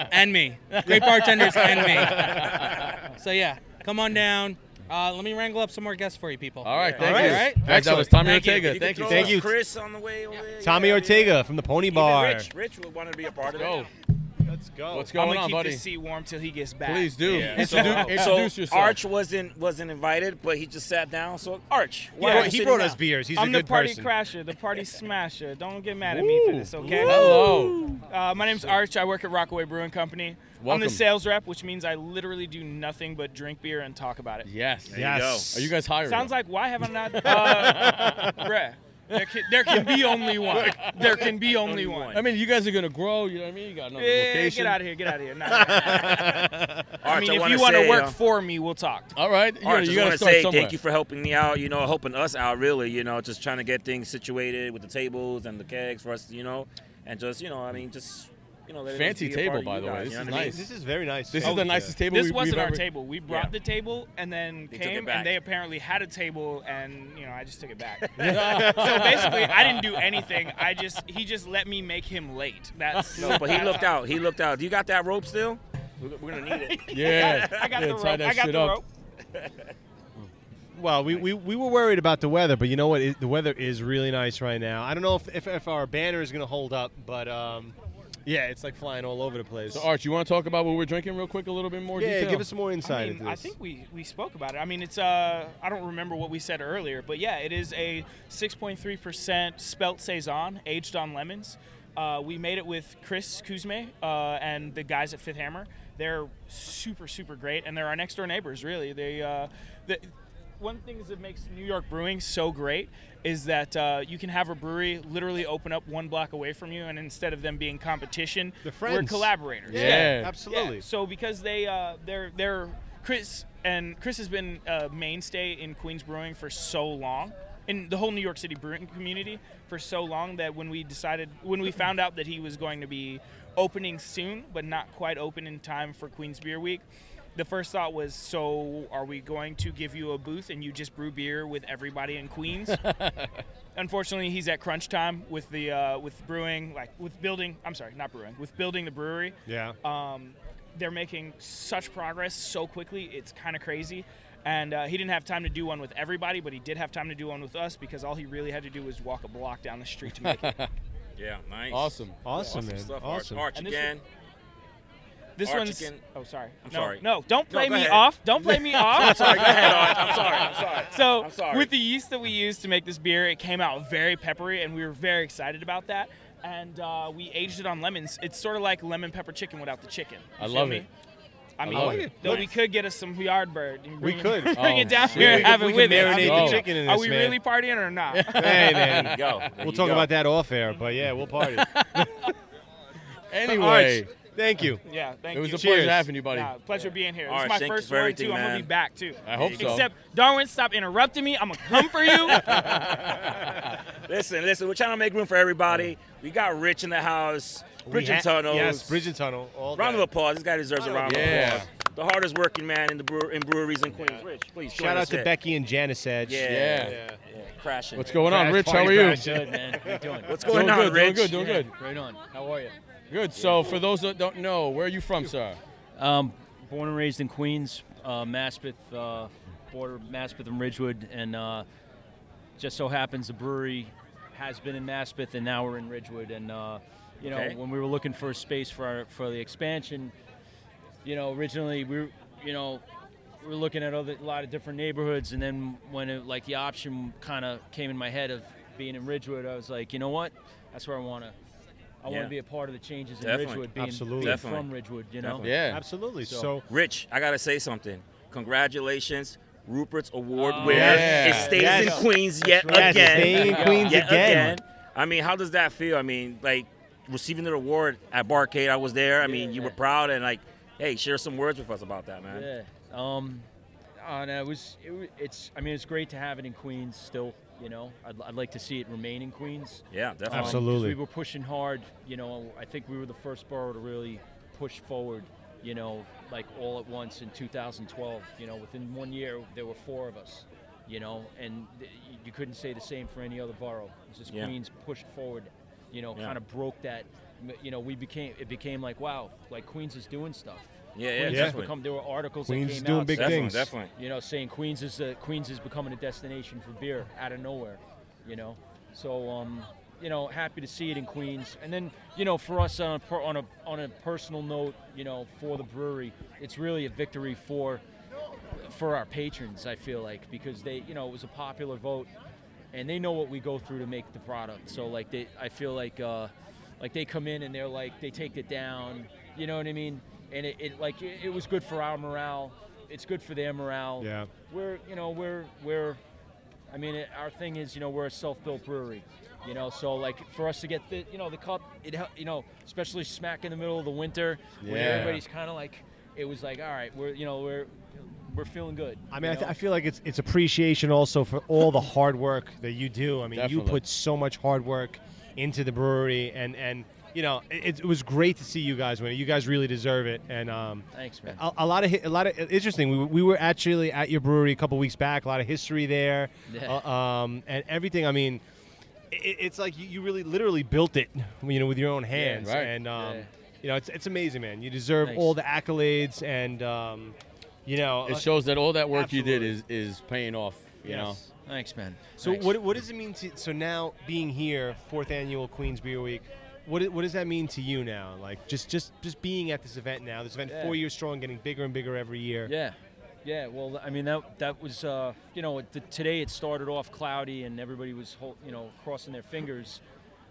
and me. Great bartenders and me. So yeah, come on down. Uh, let me wrangle up some more guests for you people. All right. Yeah. Thank All you. right. Right? Guys, that Excellent. was Tommy Thank you. Ortega. You can Thank you. throw Thank us you. Chris on the way over there. Tommy Yeah, yeah. Ortega from the Pony Bar. Even Rich, Rich would want to be a part of Go. it. Let's go. What's I'm going gonna on, keep buddy? this seat warm till he gets back. Please do. Yeah, Introdu- so- Introduce, so yourself. Arch wasn't wasn't invited, but he just sat down. So Arch, why Yeah, are you he he sitting brought down? us beers. He's I'm a the good party person. crasher, the party smasher. Don't get mad at me for Ooh. this, okay? Hello. Uh, my name's Arch. I work at Rockaway Brewing Company. I'm Welcome. the sales rep, which means I literally do nothing but drink beer and talk about it. Yes. Yes. Are you guys hired? Sounds like why have I not? Uh, bruh, there can, there can be only one. There can be only one. I mean, you guys are gonna grow. You know what I mean? You got another Eh, location. get out of here! Get out of here! Nah, nah, nah. Arch, I mean, if wanna you want to say, work uh, for me, we'll talk. All right. You, All right, know, you just gotta want to start say somewhere. thank you for helping me out. You know, helping us out really. You know, just trying to get things situated with the tables and the kegs for us. You know, and just you know, I mean, just you know, let it Fancy be a part table, of by you the guys, way. you This know is what I mean? nice. This is very nice. Oh, This is the nicest table This we, wasn't we've our ever. table. We brought Yeah. the table and then They took it came back. and they apparently had a table and you know I just took it back. so basically, I didn't do anything. I just he just let me make him late. That's No, but he looked out. He looked out. Do you got that rope still? We're we're gonna need it. Yeah. I got yeah, the Tie rope. that I got shit the up. rope. Well, we, we, we were worried about the weather, but you know what? It, the weather is really nice right now. I don't know if, if, if our banner is going to hold up, but um, yeah, it's like flying all over the place. So, Arch, you want to talk about what we're drinking real quick, a little bit more yeah, detail? give us some more I insight mean, into I this. think we, we spoke about it. I mean, it's uh, I don't remember what we said earlier, but yeah, it is a 6.3% spelt saison aged on lemons. Uh, we made it with Chris Kuzme uh, and the guys at Fifth Hammer. They're super super great, and they're our next door neighbors. Really, they uh, the one thing that makes New York brewing so great is that uh, you can have a brewery literally open up one block away from you, and instead of them being competition, They're we're friends. collaborators. yeah, Yeah. absolutely. Yeah, So because they uh, they're they're Chris and Chris has been a mainstay in Queens brewing for so long. In the whole New York City brewing community for so long that when we decided, when we found out that he was going to be opening soon, but not quite open in time for Queens Beer Week, the first thought was, so are we going to give you a booth and you just brew beer with everybody in Queens? unfortunately he's at crunch time with the uh, with brewing like with building i'm sorry not brewing with building the brewery yeah. um, they're making such progress so quickly it's kind of crazy and uh, he didn't have time to do one with everybody but he did have time to do one with us because all he really had to do was walk a block down the street to make it Yeah, nice. Awesome. awesome, man. stuff, Arch. awesome. Arch And this again. this Arch one's again. oh sorry I'm no, sorry. no don't play go me ahead. off don't play me off i'm sorry Go ahead, Arch. I'm sorry. I'm sorry. So I'm sorry. with the yeast that we used to make this beer, it came out very peppery, and we were very excited about that. And uh, we aged it on lemons. It's sort of like lemon pepper chicken without the chicken. I You feel love me? it. I mean, love it. though we could get us some yardbird. And We bring it- could. bring Oh, it down shit. here We and have could- it we with it. can marinate the Oh. chicken in Are this, we man. really partying or not? Hey, There you man. go. There We'll you talk go. about that off air, but yeah, we'll party. Anyway, Arch, thank you. yeah, thank it was you. a Cheers. pleasure having you, buddy. Nah, pleasure being here. All It's right, my thank you first for one everything, too. I'm gonna be man. back too. I hope so. Except Darwin, stop interrupting me. I'm gonna come for you. Listen, listen. We're trying to make room for everybody. We got Rich in the house. Bridget ha- Tunnels. Yes, Bridget Tunnel. All Round day. of applause. This guy deserves a round Yeah. of applause. The hardest working man in the brewer- in breweries in Queens. Rich, please. join Shout out us to in. Becky and Janice Edge. Yeah. Yeah. Yeah, crashing. What's going on, Crash Rich? How party are you? crash. Good, man. How you doing? What's Doing going on, good, doing Rich? good, doing good. Right on. How are you? Good. So, for those that don't know, where are you from, sir? Um, born and raised in Queens, uh, Maspeth, uh, border of Maspeth and Ridgewood, and uh, just so happens the brewery has been in Maspeth, and now we're in Ridgewood. And uh, you know, Okay. when we were looking for a space for our, for the expansion, you know, originally we were, you know, we were looking at other, a lot of different neighborhoods, and then when it, like the option kind of came in my head of being in Ridgewood, I was like, you know what, that's where I want to. I want Yeah. to be a part of the changes in Definitely. Ridgewood, being, Absolutely. being Definitely. from Ridgewood, you know. Definitely. Yeah. Absolutely. So- So, Rich, I gotta say something. Congratulations, Rupert's Award Oh, winner. yeah. It stays Yes. in Queens yet That's right. yes, again. stay in Yeah. Queens yet again. again. I mean, how does that feel? I mean, like receiving the award at Barcade, I was there. I mean, you were Yeah. proud and like, hey, share some words with us about that, man. Yeah. Um, and it was, it, wa- it's, I mean, it's great to have it in Queens still, you know. I'd, I'd like to see it remain in Queens. Yeah, definitely. Um, 'cause Absolutely. We were pushing hard, you know. I think we were the first borough to really push forward, you know, like all at once in 2012. You know, within one year, there were four of us, you know, and th- you couldn't say the same for any other borough. It's just Yeah. Queens pushed forward, you know, Yeah. kind of broke that. m- You know, we became, it became like, wow, like Queens is doing stuff. Yeah, yeah, Queens has definitely. become, there were articles Queens that came doing out big saying- Definitely, things. definitely. you know, saying Queens is the Queens is becoming a destination for beer out of nowhere, you know. So um, you know, happy to see it in Queens. And then, you know, for us on a, per- on a on a personal note, you know, for the brewery, it's really a victory for for our patrons. I feel like because they, you know, it was a popular vote, and they know what we go through to make the product. So like they, I feel like uh, like they come in and they're like they take it down. You know what I mean? And it, it like it, it was good for our morale. It's good for their morale. Yeah. We're you know we're we're I mean, it, our thing is, you know, we're a self-built brewery, you know. So like for us to get the, you know, the cup, it, hel- you know, especially smack in the middle of the winter when Yeah. everybody's kind of like, it was like, all right, we're, you know, we're, we're feeling good. I you mean, I, th- know? I feel like it's it's appreciation also for all the hard work that you do. I mean, you Definitely. put so much hard work into the brewery, and and you know, it, it was great to see you guys win. it. You guys really deserve it, and um, Thanks, man. a, a lot of hi- a lot of interesting. We, were- we were actually at your brewery a couple weeks back. A lot of history there, Yeah. uh, um, and everything. I mean, it, it's like you, you really literally built it, you know, with your own hands. right. And um, Yeah. you know, it's it's amazing, man. You deserve Thanks. all the accolades, and um, you know, It uh, shows that all that work you did is absolutely. is paying off. You know. yes. Thanks, man. So Thanks. what, what does it mean to so now being here fourth annual Queens Beer Week? What, what does that mean to you now? Like just just just being at this event now. This event Yeah. four years strong, getting bigger and bigger every year. Yeah, yeah. Well, I mean that that was uh, you know the, today it started off cloudy and everybody was hol- you know crossing their fingers.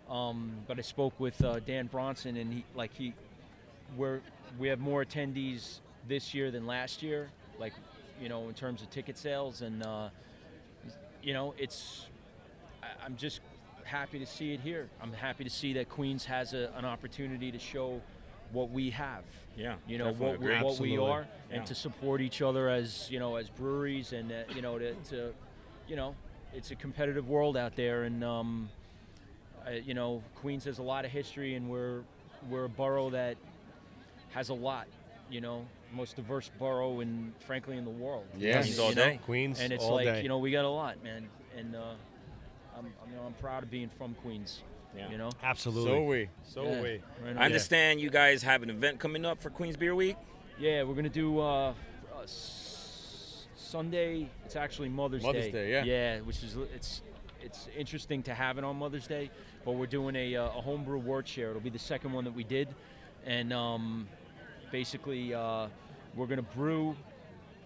Um, but I spoke with uh, Dan Bronson and he like he we're we have more attendees this year than last year. Like you know in terms of ticket sales and uh, you know it's I, I'm just happy to see it here. I'm happy to see that Queens has a, an opportunity to show what we have. Yeah, you know definitely what we, agree. what we Absolutely. are and Yeah. to support each other as you know as breweries and uh, you know to, to you know it's a competitive world out there and um, I, you know Queens has a lot of history and we're we're a borough that has a lot you know most diverse borough in frankly in the world Yes. You Queens all know? day. Queens and it's all like day. you know we got a lot man and uh, I'm, I'm, you know, I'm proud of being from Queens Yeah. you know Absolutely. So are we. So Yeah. we. Right on. I understand you guys have an event coming up for Queens Beer Week. Yeah, we're gonna do uh, uh, s- Sunday. It's actually Mother's, Mother's Day. Day, yeah. Yeah, which is it's it's interesting to have it on Mother's Day, but we're doing a, uh, a homebrew word share. It'll be the second one that we did, and um, basically uh, we're gonna brew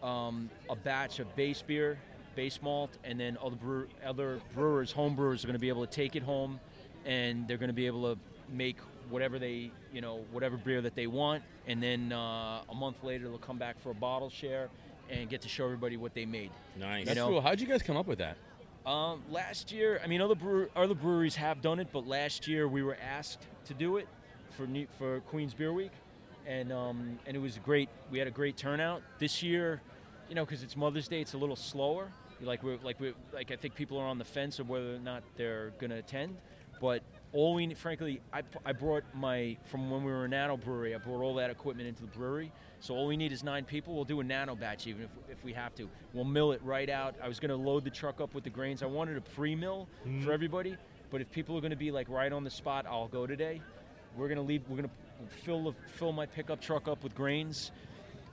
um, a batch of base beer, base malt, and then other brew- other brewers, home brewers, are going to be able to take it home, and they're going to be able to make whatever they, you know, whatever beer that they want, and then uh, a month later they'll come back for a bottle share and get to show everybody what they made. Nice. That's know? cool. How'd you guys come up with that? Um, last year, I mean, other brewer, other breweries have done it, but last year we were asked to do it for New, for Queens Beer Week, and um, and it was great. We had a great turnout this year, you know, because it's Mother's Day, it's a little slower. Like we're like we like I think people are on the fence of whether or not they're gonna attend, but all we frankly I, p- I brought my from when we were a nano brewery I brought all that equipment into the brewery so all we need is nine people we'll do a nano batch even if, if we have to we'll mill it right out I was gonna load the truck up with the grains I wanted a pre-mill for everybody but if people are gonna be like right on the spot I'll go today we're gonna leave we're gonna fill the, fill my pickup truck up with grains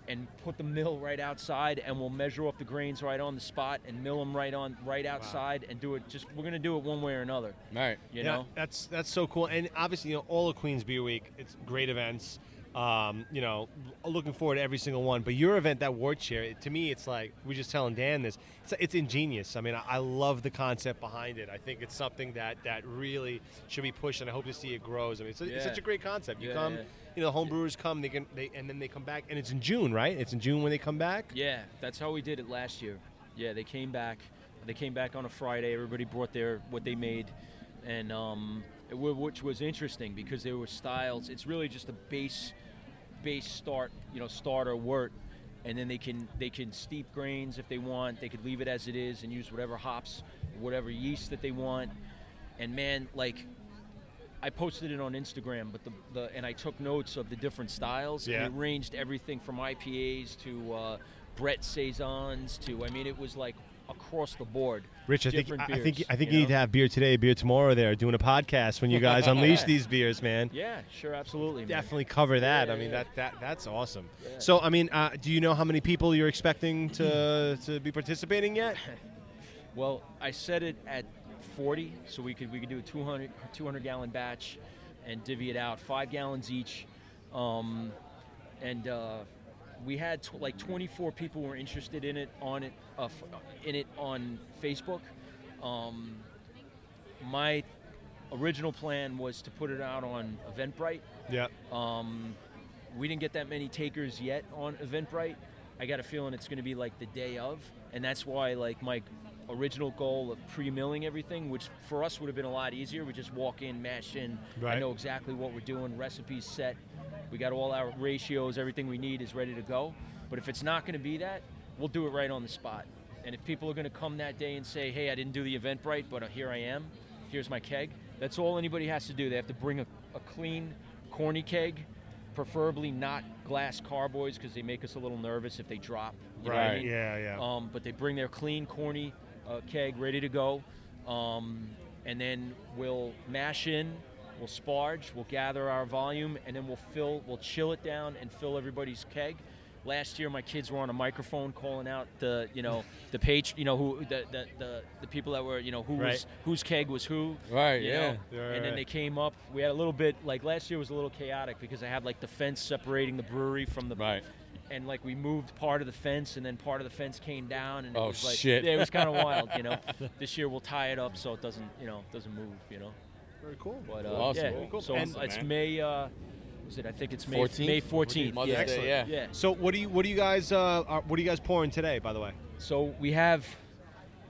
and put the mill right outside and we'll measure off the grains right on the spot and mill them right on right outside and do it just we're gonna do it one way or another All right. you yeah, know that's that's so cool. And obviously, you know, all of Queens Beer Week, it's great events. Um, you know, l- looking forward to every single one. But your event, that ward share, it, to me, it's like we're just telling Dan this. It's, it's ingenious. I mean, I, I love the concept behind it. I think it's something that that really should be pushed, and I hope to see it grows. I mean, it's, a, Yeah. it's such a great concept. You Yeah, come, yeah. you know, the home brewers come, they can, they, and then they come back, and it's in June, right? It's in June when they come back. Yeah, that's how we did it last year. Yeah, they came back. They came back on a Friday. Everybody brought their what they made, and um, it, wa- which was interesting because there were styles. It's really just a base, base start, you know, starter wort, and then they can they can steep grains if they want. They could leave it as it is and use whatever hops, whatever yeast that they want. And man, like I posted it on Instagram, but the, the and I took notes of the different styles. Yeah. And it ranged everything from IPAs to uh, Brett saisons to I mean, it was like across the board. Rich, I think, different I I beers, think I think you know? need to have beer today, beer tomorrow. There, doing a podcast when you guys unleash these beers, man. Yeah, sure, absolutely. man. definitely cover that. Yeah, I mean, yeah. that that that's awesome. Yeah. So, I mean, uh, do you know how many people you're expecting to to be participating yet? Well, I said it at 40, so we could we could do a 200 200 gallon batch, and divvy it out five gallons each, um, and uh, we had tw- like 24 people were interested in it on it uh, f- in it on Facebook. Um, my original plan was to put it out on Eventbrite. Yeah. Um, we didn't get that many takers yet on Eventbrite. I got a feeling it's going to be like the day of, and that's why like my original goal of pre-milling everything, which for us would have been a lot easier. We just walk in, mash in. I Right. know exactly what we're doing. Recipes set. We got all our ratios. Everything we need is ready to go. But if it's not going to be that, we'll do it right on the spot. And if people are going to come that day and say, "Hey, I didn't do the Eventbrite, but uh, here I am. Here's my keg." That's all anybody has to do. They have to bring a, a clean, corny keg, preferably not glass carboys because they make us a little nervous if they drop. You know what I Right. mean? Yeah, yeah. Um, but they bring their clean, corny uh, keg ready to go. Um, and then we'll mash in, we'll sparge, we'll gather our volume, and then we'll fill, we'll chill it down and fill everybody's keg. Last year, my kids were on a microphone calling out the, you know, the page, you know, who the the, the, the people that were, you know, who was Right. whose keg was who, Right, you yeah. know? Yeah, and then right. they came up. We had a little bit like last year was a little chaotic because I had like the fence separating the brewery from the Right. and like we moved part of the fence and then part of the fence came down and it Oh, was like shit. Yeah, it was kind of wild you know this year we'll tie it up so it doesn't you know doesn't move you know Very cool. but uh, Awesome. yeah Very cool. so And- it's man. May uh is it I think it's May 14th? May 14th Mother's yeah. Day, Excellent. yeah. yeah So what do you what do you guys uh, are, what are you guys pouring today? By the way, so we have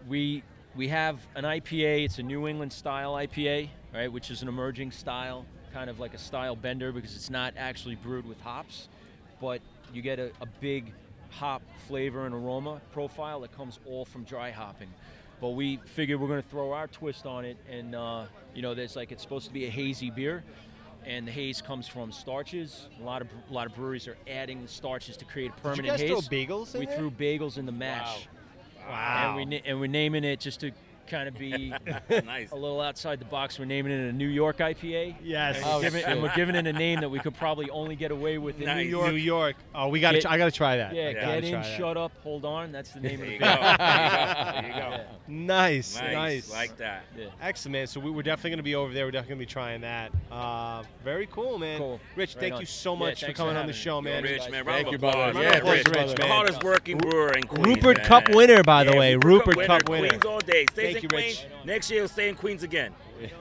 we we have an IPA. It's a New England style IPA, right? Which is an emerging style, kind of like a style bender because it's not actually brewed with hops, but you get a, a big hop flavor and aroma profile that comes all from dry hopping. But we figured we're going to throw our twist on it, and uh, you know, there's like it's supposed to be a hazy beer, and the haze comes from starches. A lot of a lot of breweries are adding starches to create a permanent guys throw haze. bagels in we there? threw bagels in the mash. Wow. And, we, na- and we're naming it just to kind of be nice. a little outside the box. We're naming it a New York IPA. yes, And Oh, we're giving- shit. and we're giving it a name that we could probably only get away with in Nice. New York. New York. Oh, we got Get- to. I got to try that. Yeah, I gotta get in, try that. shut up, hold on. That's the name There of the you beer. go. There you go. Nice, nice, Nice. Like that. Excellent, man. So we, we're definitely going to be over there. We're definitely going to be trying that. Uh, very cool, man. Cool. Rich, Right thank on. you so Yeah, much for thanks for coming on having the me. show, man. Rich, man. Round Thank of you, applause. brother. Yeah, Round of Rich. applause, Rich, brother. Hardest working brewer in Queens. Rupert man. Cup winner, by the Yeah, way. Rupert Cup winner. Queens all day. Stays Thank in you, Rich. Queens. Next year, he'll stay in Queens again.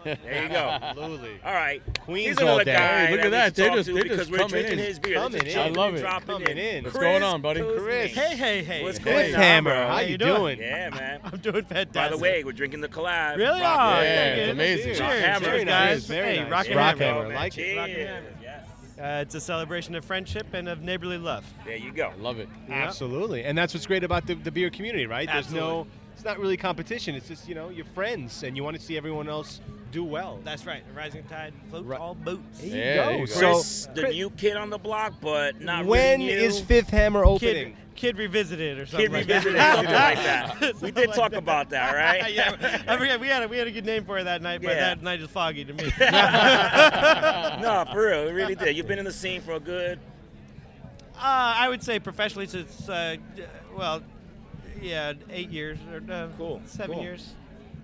There you go. Absolutely. All right. Queens Here's all another day. guy Hey, look at we that. should They talk just- to they because just we're coming drinking in. His beer. Coming Just in. I chopping love and it. dropping Coming in. What's Chris going on, buddy? Kuzma. Chris. Hey, hey, hey. What's going Chris on, Hammer, bro? how, How you you doing? Yeah, man. I'm doing fantastic. By the way, we're drinking the collab. Really? Rock Oh, Red. Yeah, thank you. it's amazing. Cheers, Rockhammer. cheers, Very nice, guys. very hey, nice. Rock rock, hammer. hammer. man. like it. Cheers. Yes. Uh, it's a celebration of friendship and of neighborly love. There you go. Love it. Absolutely. And that's what's great about the, the beer community, right? There's Absolutely. no, it's not really competition. It's just, you know, you're friends and you want to see everyone else do well. That's right. A rising tide floats Right. all boats. There you Yeah, go. there you go. So, Chris, the Chris- new kid on the block, but not when really new. is Fifth Hammer Kid, opening? kid revisited or something. Kid like revisited that. something like that. We Something did like talk that. about that, Yeah, right? yeah, I forget. We had a, we had a good name for it that night, but Yeah. that night is foggy to me. no, for real, we really did. You've been in the scene for a good. Uh, I would say professionally since, uh, d- well, yeah, eight years or uh, Cool, seven cool. years.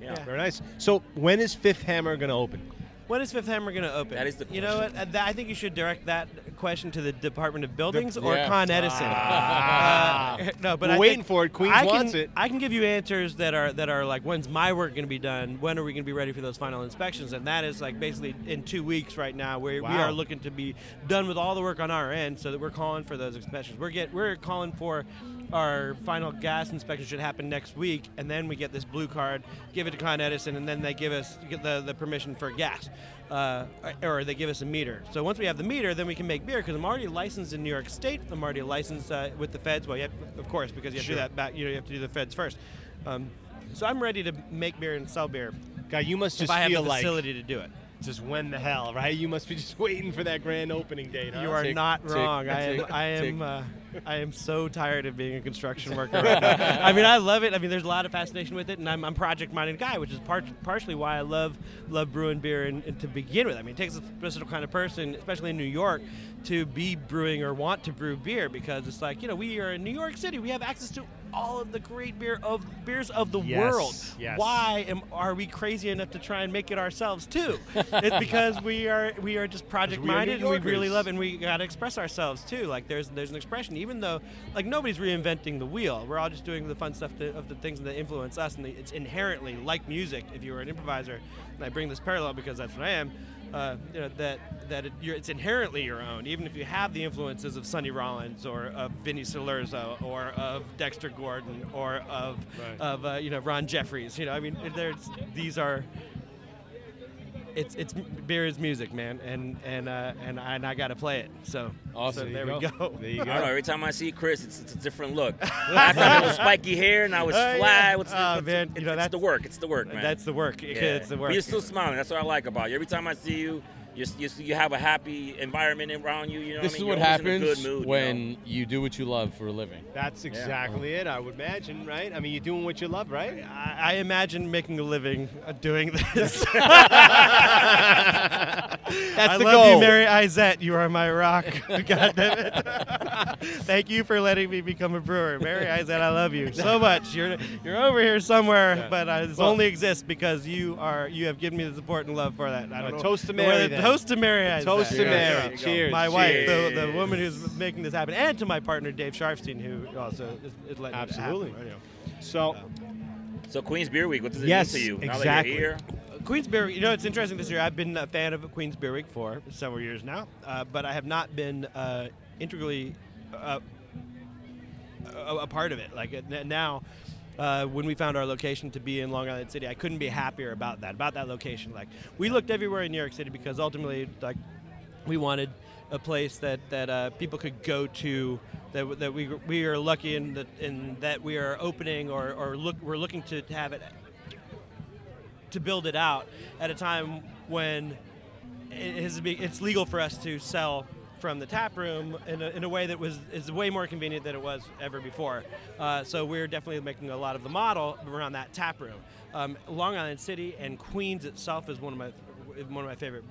Yeah. Very nice. So when is Fifth Hammer going to open? When is Fifth Hammer going to open? That is the You know what? Uh, that- I think you should direct that question to the Department of Buildings or yeah. Con Edison. Uh, no, but Ah. We're I waiting think for it. Queens I can, wants it. I can give you answers that are that are like, when's my work going to be done? When are we going to be ready for those final inspections? And that is like basically in two weeks right now. Where we Wow. are looking to be done with all the work on our end, so that we're calling for those inspections. We're get we're calling for our final gas inspection should happen next week, and then we get this blue card, give it to Con Edison, and then they give us get the the permission for gas. Uh, or they give us a meter. So once we have the meter, then we can make beer because I'm already licensed in New York State. I'm already licensed uh, with the feds. Well, you have, of course, because you have to do that back. You know, you have to do the feds first. Um, so I'm ready to make beer and sell beer God, you must just if I have feel the like facility to do it. just when the hell, right? You must be just waiting for that grand opening date. Huh? You are Tick, not tick, wrong. I am. tick, I tick. am. Uh, I am so tired of being a construction worker. Right now. I mean, I love it. I mean, there's a lot of fascination with it, and I'm, I'm project-minded guy, which is part, partially why I love love brewing beer and, and to begin with. I mean, it takes a special kind of person, especially in New York, to be brewing or want to brew beer because it's like you know we are in New York City. We have access to all of the great beer of beers of the Yes, world. yes. Why am, are we crazy enough to try and make it ourselves too? it's because we are we are just project we are minded New and we really Yorkers. love it and we got to express ourselves too. Like there's there's an expression even though like nobody's reinventing the wheel. We're all just doing the fun stuff to, of the things that influence us and the, it's inherently like music if you were an improviser. And I bring this parallel because that's what I am. Uh, you know that that it, you're, it's inherently your own, even if you have the influences of Sonny Rollins or of Vinny Solurzo or of Dexter Gordon or of Right. of uh, you know Ron Jeffries. You know, I mean, there's these are it's it's beer is music, man, and and uh, and I, and I gotta play it. So Awesome. so there, There you we go. go. There I don't know. Every time I see Chris, it's, it's a different look. Last time it was spiky hair and I was fly. What's the, oh, man, you know, it's that's the work. It's the work, man. That's the work. It- It's the work. But you're still smiling. That's what I like about you. Every time I see you, you you, you have a happy environment around you. You know This what I is mean? what You're always in a happens good mood, you when know? you, do what you love for a living. That's exactly it. I would imagine, right? I mean, you're doing what you love, right? I, I imagine making a living uh, doing this. That's I the love goal. you, Mary Izette. You are my rock. God damn it. Thank you for letting me become a brewer, Mary Izette. I love you so much. You're you're over here somewhere, Yeah. but uh, this Well- only exists because you are you have given me the support and love for that. I A don't know- toast to whether- Mary, then. Toast to Mary. A Izette. toast to Cheers. Mary. There you go. Cheers. My wife, the, the Cheers. woman who's making this happen, and to my partner Dave Sharfstein, who also is, is letting it happen. Absolutely. So, so Queens Beer Week. What does it Yes, mean to you? Now that exactly. you're here, Queens Beer Week. You know, it's interesting this year. I've been a fan of Queens Beer Week for several years now, uh, but I have not been uh, integrally uh, a, a part of it. Like uh, n- now, uh, when we found our location to be in Long Island City, I couldn't be happier about that. About that location, like we looked everywhere in New York City because ultimately, like we wanted a place that that uh, people could go to. That, w- that we we are lucky in that in that we are opening or, or look we're looking to have it to build it out at a time when it has be, it's legal for us to sell from the tap room in a, in a way that was is way more convenient than it was ever before. Uh, so we're definitely making a lot of the model around that tap room. Um, Long Island City and Queens itself is one of my one of my favorite.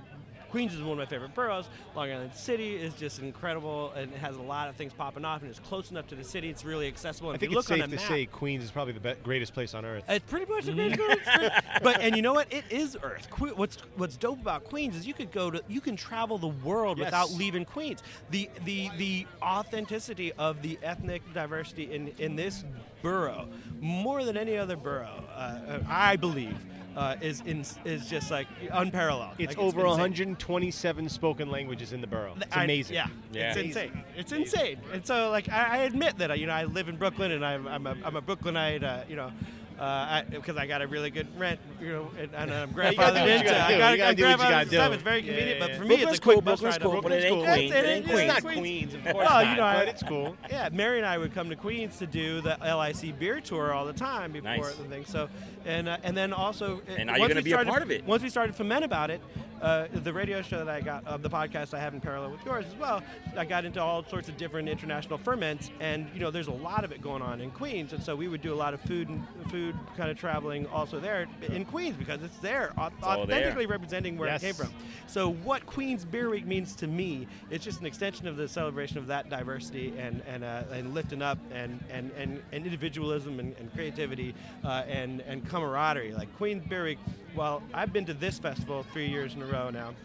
Queens is one of my favorite boroughs. Long Island City is just incredible and has a lot of things popping off, and it's close enough to the city. It's really accessible. And I if think you it's look safe on a to map, say Queens is probably the be- greatest place on earth. it's pretty much a great experience. Mm. But and you know what? It is Earth. Que- what's what's dope about Queens is you could go to you can travel the world Yes. without leaving Queens. The the the authenticity of the ethnic diversity in in this borough more than any other borough, uh, I believe, uh, is in, is just like unparalleled. It's Like, over insane. 127 spoken languages in the borough. It's I- amazing. yeah, it's insane. It's insane. And so, like, I, I admit that uh, you know I live in Brooklyn and I'm I'm a, I'm a Brooklynite. Uh, you know. Because I got a really good rent, you know, and, and I'm Yeah, you gotta grandfathered do what you into. gotta I do. got, You gotta I'm do what you grandfathered gotta into stuff. do. It's very Yeah, convenient, yeah, but for yeah. me, Brooklyn's it's a cool, cool, bus Brooklyn's ride cool, up. but it ain't That's- Queens. It it ain't- ain't- it's yeah, not Queens, of course no, not, you know, I- but it's cool. Yeah, Mary and I would come to Queens to do the LIC beer tour all the time before Nice. the thing. So, and uh, and then also, uh, And are you once gonna we be a started- part of it? Once we started Ferment About It, uh, the radio show that I got, uh, the podcast I have in parallel with yours as well, I got into all sorts of different international ferments, and you know, there's a lot of it going on in Queens, and so we would do a lot of food and food kind of traveling also there in Queens because it's there, au- all there. authentically representing where Yes. it came from. So, what Queens Beer Week means to me, it's just an extension of the celebration of that diversity and and, uh, and lifting up and and, and, and individualism and, and creativity uh, and and camaraderie. Like Queens Beer Week. Well, I've been to this festival three years in a row now,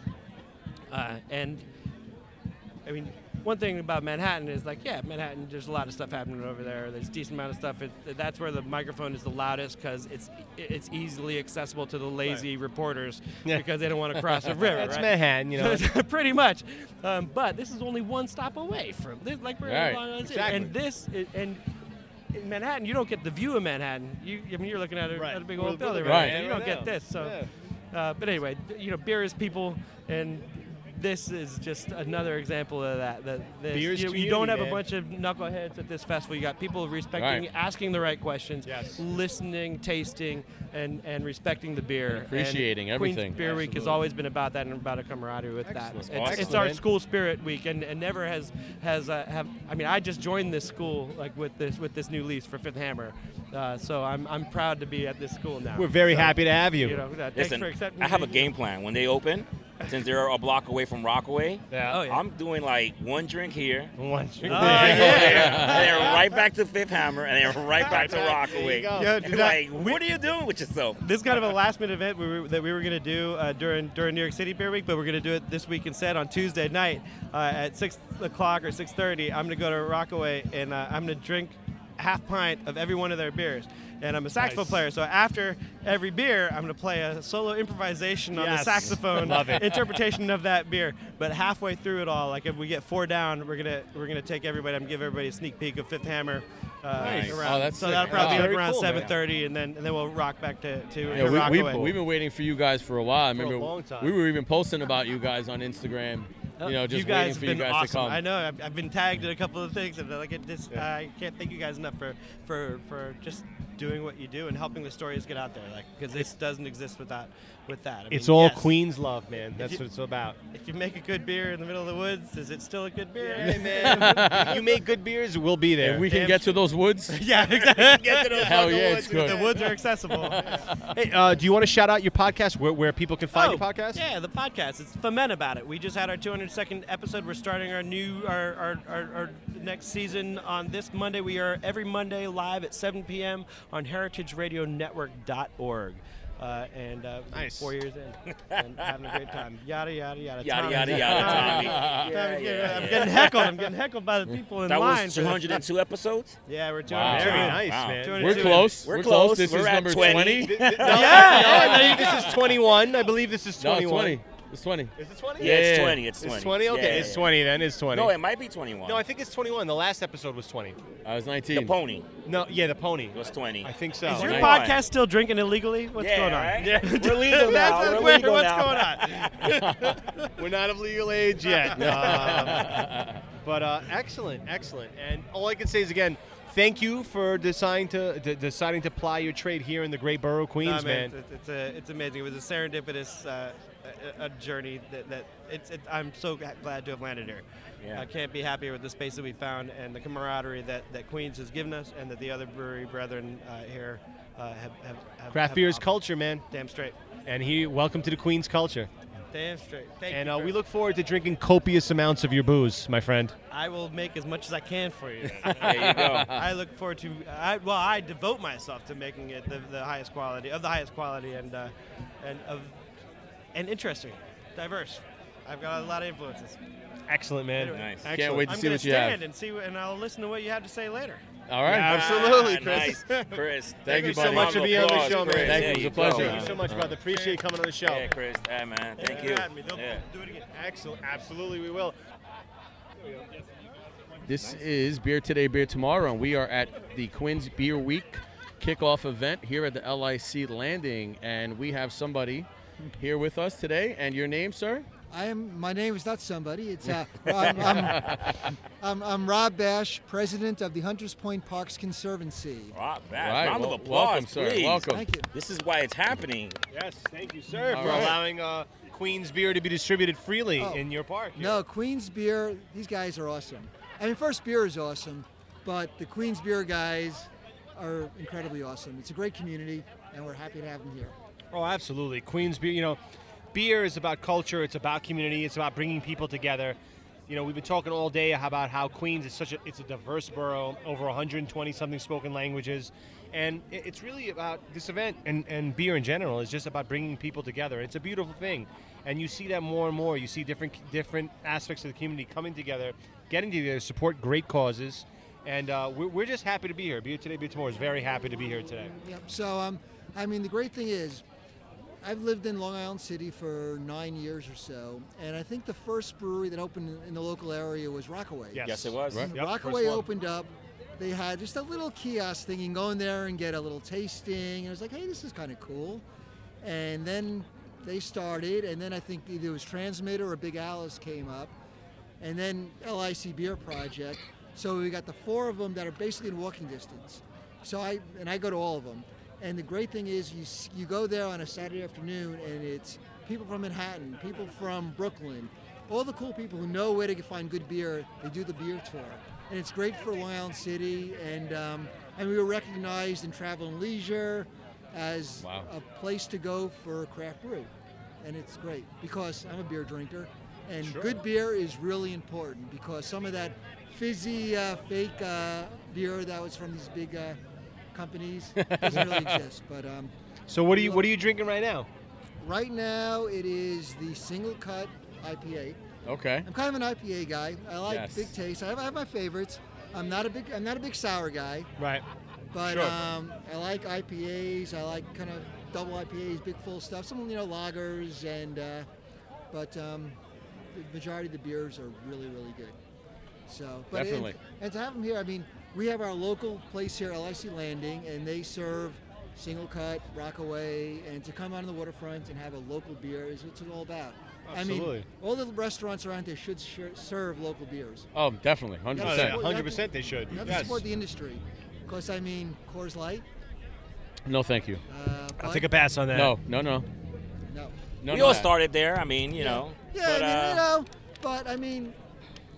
uh, and I mean, one thing about Manhattan is like, yeah, Manhattan. There's a lot of stuff happening over there. There's a decent amount of stuff. It, that's where the microphone is the loudest because it's it's easily accessible to the lazy reporters Yeah. because they don't want to cross a river. It's right? Manhattan, you know. pretty much. Um, but this is only one stop away from this. Like we're Right. in Long Island City. Exactly. and this is, and. In Manhattan, you don't get the view of Manhattan. You, I mean, you're looking at a, Right. at a big We're- old we're building, looking right? at now. it You right don't get now. this. So, Yeah. uh, but anyway, th- you know, beer is people, and this is just another example of that. that this, Beer is you, you don't community, have man. a bunch of knuckleheads at this festival. You got people respecting, Right. asking the right questions, Yes. listening, tasting, and and respecting the beer. And appreciating everything. Queens Beer Week has Absolutely. always been about that and about a camaraderie with that. It's, Excellent. it's Excellent, our man. school spirit week, and, and never has has uh, have. I mean, I just joined this school like with this with this new lease for Fifth Hammer, uh, so I'm I'm proud to be at this school now. We're very So, happy to have you. You know, uh, thanks listen. for accepting. I have me. a game plan. When they open, since they're a block away from Rockaway. Yeah. Oh, yeah. I'm doing like one drink here. One drink Oh, there. yeah. and then right back to Fifth Hammer, and then right back to Rockaway. go. Yo, did like, I- what are you doing with yourself? This is kind of a last minute event we were, that we were going to do uh, during during New York City Beer Week, but we're going to do it this week instead on Tuesday night uh, at six o'clock or six thirty. I'm going to go to Rockaway and uh, I'm going to drink a half pint of every one of their beers. And I'm a saxophone Nice. player, so after every beer, I'm going to play a solo improvisation on Yes. the saxophone Love it. interpretation of that beer. But halfway through it all, like if we get four down, we're gonna we're gonna take everybody. I'm gonna give everybody a sneak peek of Fifth Hammer. Uh, Nice. around. Oh, that's so sick. that'll probably Wow. be Very like around cool, man. 7:30, and then and then we'll rock back to to, to Yeah, we, Rockaway. we, we've been waiting for you guys for a while. I For a remember long time. we were even posting about you guys on Instagram. Uh, You know, just guys waiting have for been you guys awesome. to come. I know. I've, I've been tagged in a couple of things, and like it just I can't thank you guys enough for for for just doing what you do and helping the stories get out there. Like because this doesn't exist without with that. I It's mean, all yes. Queens love, man. That's you- what it's about. If you make a good beer in the middle of the woods, is it still a good beer? you make good beers, we'll be there. If we can Damn get to those woods, yeah, exactly. Get to those hell fucking yeah, woods. it's good. the woods are accessible. Hey, uh, do you want to shout out your podcast where, where people can Oh, find your podcast? Oh, Yeah, the podcast. It's Foment About It. We just had our 202nd episode. We're starting our new, our, our, our, our next season on this Monday. We are every Monday live at 7 p.m. on heritageradionetwork.org. Uh, and uh, we're Nice. four years in and having a great time. Yada, yada, yada. Yada, Tommy. yada, yada, Tommy. Yeah, Tommy's getting- yeah, I'm yeah. getting heckled. I'm getting heckled by the people in That line. was for this. 202 episodes. Yeah, we're 202. Wow. Very Wow. nice, Wow. man. Doing we're Dude, close. we're We're close. close. This We're is at number 20. Th- th- no, Yeah. no, I believe this is 21. I believe this is No, it's 21. 20. It's 20. Is it 20? Yeah, it's Yeah. 20. It's 20. It's 20? Okay, Yeah, yeah, it's yeah. 20 then. It's 20. No, it might be 21. No, I think it's 21. The last episode was 20. I was 19. the pony No, yeah, the pony. was 20. I think so. Is your Nice. podcast still drinking illegally? What's Yeah, going on? right? We're legal now. That's We're what- legal what's now. going on? We're not of legal age yet. Um, but uh, excellent, excellent. And all I can say is again, thank you for deciding to d- deciding to ply your trade here in the great borough of Queens, Nah, man, man. It's, it's, a, it's amazing. It was a serendipitous uh, a, a a journey that, that it's, it, I'm so g- glad to have landed here. Yeah. I can't be happier with the space that we found and the camaraderie that, that Queens has given us and that the other brewery brethren uh, here uh, have, have, have. Craft have beer is offered. culture, man. Damn straight. And he, welcome to the Queens culture. Damn straight. Thank And you. uh, for- we look forward to drinking copious amounts of your booze, my friend. I will make as much as I can for you. There you go. I look forward to. I, well, I devote myself to making it the, the highest quality of the highest quality and uh, and of and interesting, diverse. I've got a lot of influences. Excellent, man. Anyway. Nice. Can't wait to I'm see gonna what you stand have. and see, and I'll listen to what you have to say later. All right. Absolutely, Ah, Chris. Nice. Chris, Thank you so buddy. much for being on the Applause, show, man. Chris. Thank you. There It was a go, pleasure. man. Thank you so much, brother. Appreciate you coming on the show. Yeah, Chris. Hey, man. Thank you. They're at me. They'll Yeah. do it again. Excellent. Absolutely, we will. This is Beer Today, Beer Tomorrow, and we are at the Quinn's Beer Week kickoff event here at the LIC Landing, and we have somebody here with us today. And your name, sir? I am. My name is not somebody. It's uh, I'm, I'm, I'm, I'm Rob Bash, president of the Hunters Point Parks Conservancy. Rob, that. Right, Round well, of applause, welcome, sir. please. Welcome. Thank you. This is why it's happening. Yes, thank you, sir, All for right. allowing uh, Queen's beer to be distributed freely Oh. in your park. No, Queens Beer. These guys are awesome. I mean, First Beer is awesome, but the Queens Beer guys are incredibly awesome. It's a great community, and we're happy to have them here. Oh, absolutely. Queen's beer, you know, beer is about culture, it's about community, it's about bringing people together. You know, we've been talking all day about how Queens is such a it's a diverse borough, over 120 something spoken languages, and it- it's really about this event and and beer in general is just about bringing people together. It's a beautiful thing, and you see that more and more. You see different different aspects of the community coming together, getting together, support great causes, and uh, we're, we're just happy to be here. Beer today, beer tomorrow is very happy to be here today. Yep. So, um, I mean, the great thing is, I've lived in Long Island City for nine years or so, and I think the first brewery that opened in the local area was Rockaway. Yes, it was. Right. And Yep, Rockaway first one. opened up. They had just a little kiosk thing. You can go in there and get a little tasting. And I was like, hey, this is kind of cool. And then they started, and then I think either it was Transmitter or Big Alice came up, and then LIC Beer Project. So we got the four of them that are basically in walking distance. So I and I go to all of them. And the great thing is, you s- you go there on a Saturday afternoon, and it's people from Manhattan, people from Brooklyn, all the cool people who know where to g- find good beer. They do the beer tour, and it's great for Long Island City. And um, and we were recognized in Travel and Leisure as Wow. a place to go for craft brew. and it's great because I'm a beer drinker, and Sure. good beer is really important because some of that fizzy uh, fake uh, beer that was from these big uh, companies doesn't really exist. But um, So what are you what are you drinking right now? right now it is the single cut IPA. Okay. I'm kind of an IPA guy. I like Yes. big taste. I have, I have my favorites. I'm not a big I'm not a big sour guy. Right. But Sure. um, I like IPAs. I like kind of double IPAs, big full stuff. Some you know lagers and uh, but um, the majority of the beers are really really good. So but and- Definitely. And, to have them here, I mean, we have our local place here, LIC Landing, and they serve single cut, Rockaway, and to come on the waterfront and have a local beer is what it's all about. I mean, Absolutely. all the restaurants around there should ser- serve local beers. Oh, definitely, hundred Yeah, percent. yeah, 100% they should. You have to Yes. support the industry. Because, I mean, Coors Light, No, thank you. Uh, I'll take a pass on that. No, no, no. No. No, we no. all started there. I mean, you know. Yeah, but, I mean, uh, you know, but I mean,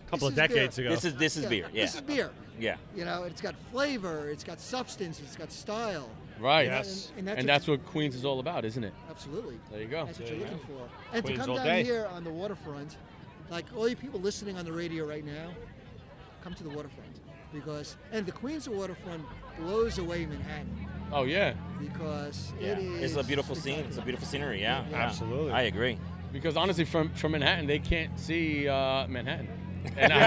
Couple this of is decades beer. ago. This is- this is beer, This yeah. is beer. Yeah. You know, it's got flavor, it's got substance, it's got style. Right. And that- Yes. and- And, and that's what- that's what Queens is all about, isn't it? Absolutely. There you go. That's what There you're you looking go. for. And Queens to come all down day. here on the waterfront, like all you people listening on the radio right now, come to the waterfront because and the Queens waterfront blows away Manhattan Oh yeah. because it is It's a beautiful scene. It's a beautiful scenery. Yeah. yeah. Absolutely. I agree. Because honestly, from from Manhattan, they can't see uh, Manhattan. And I,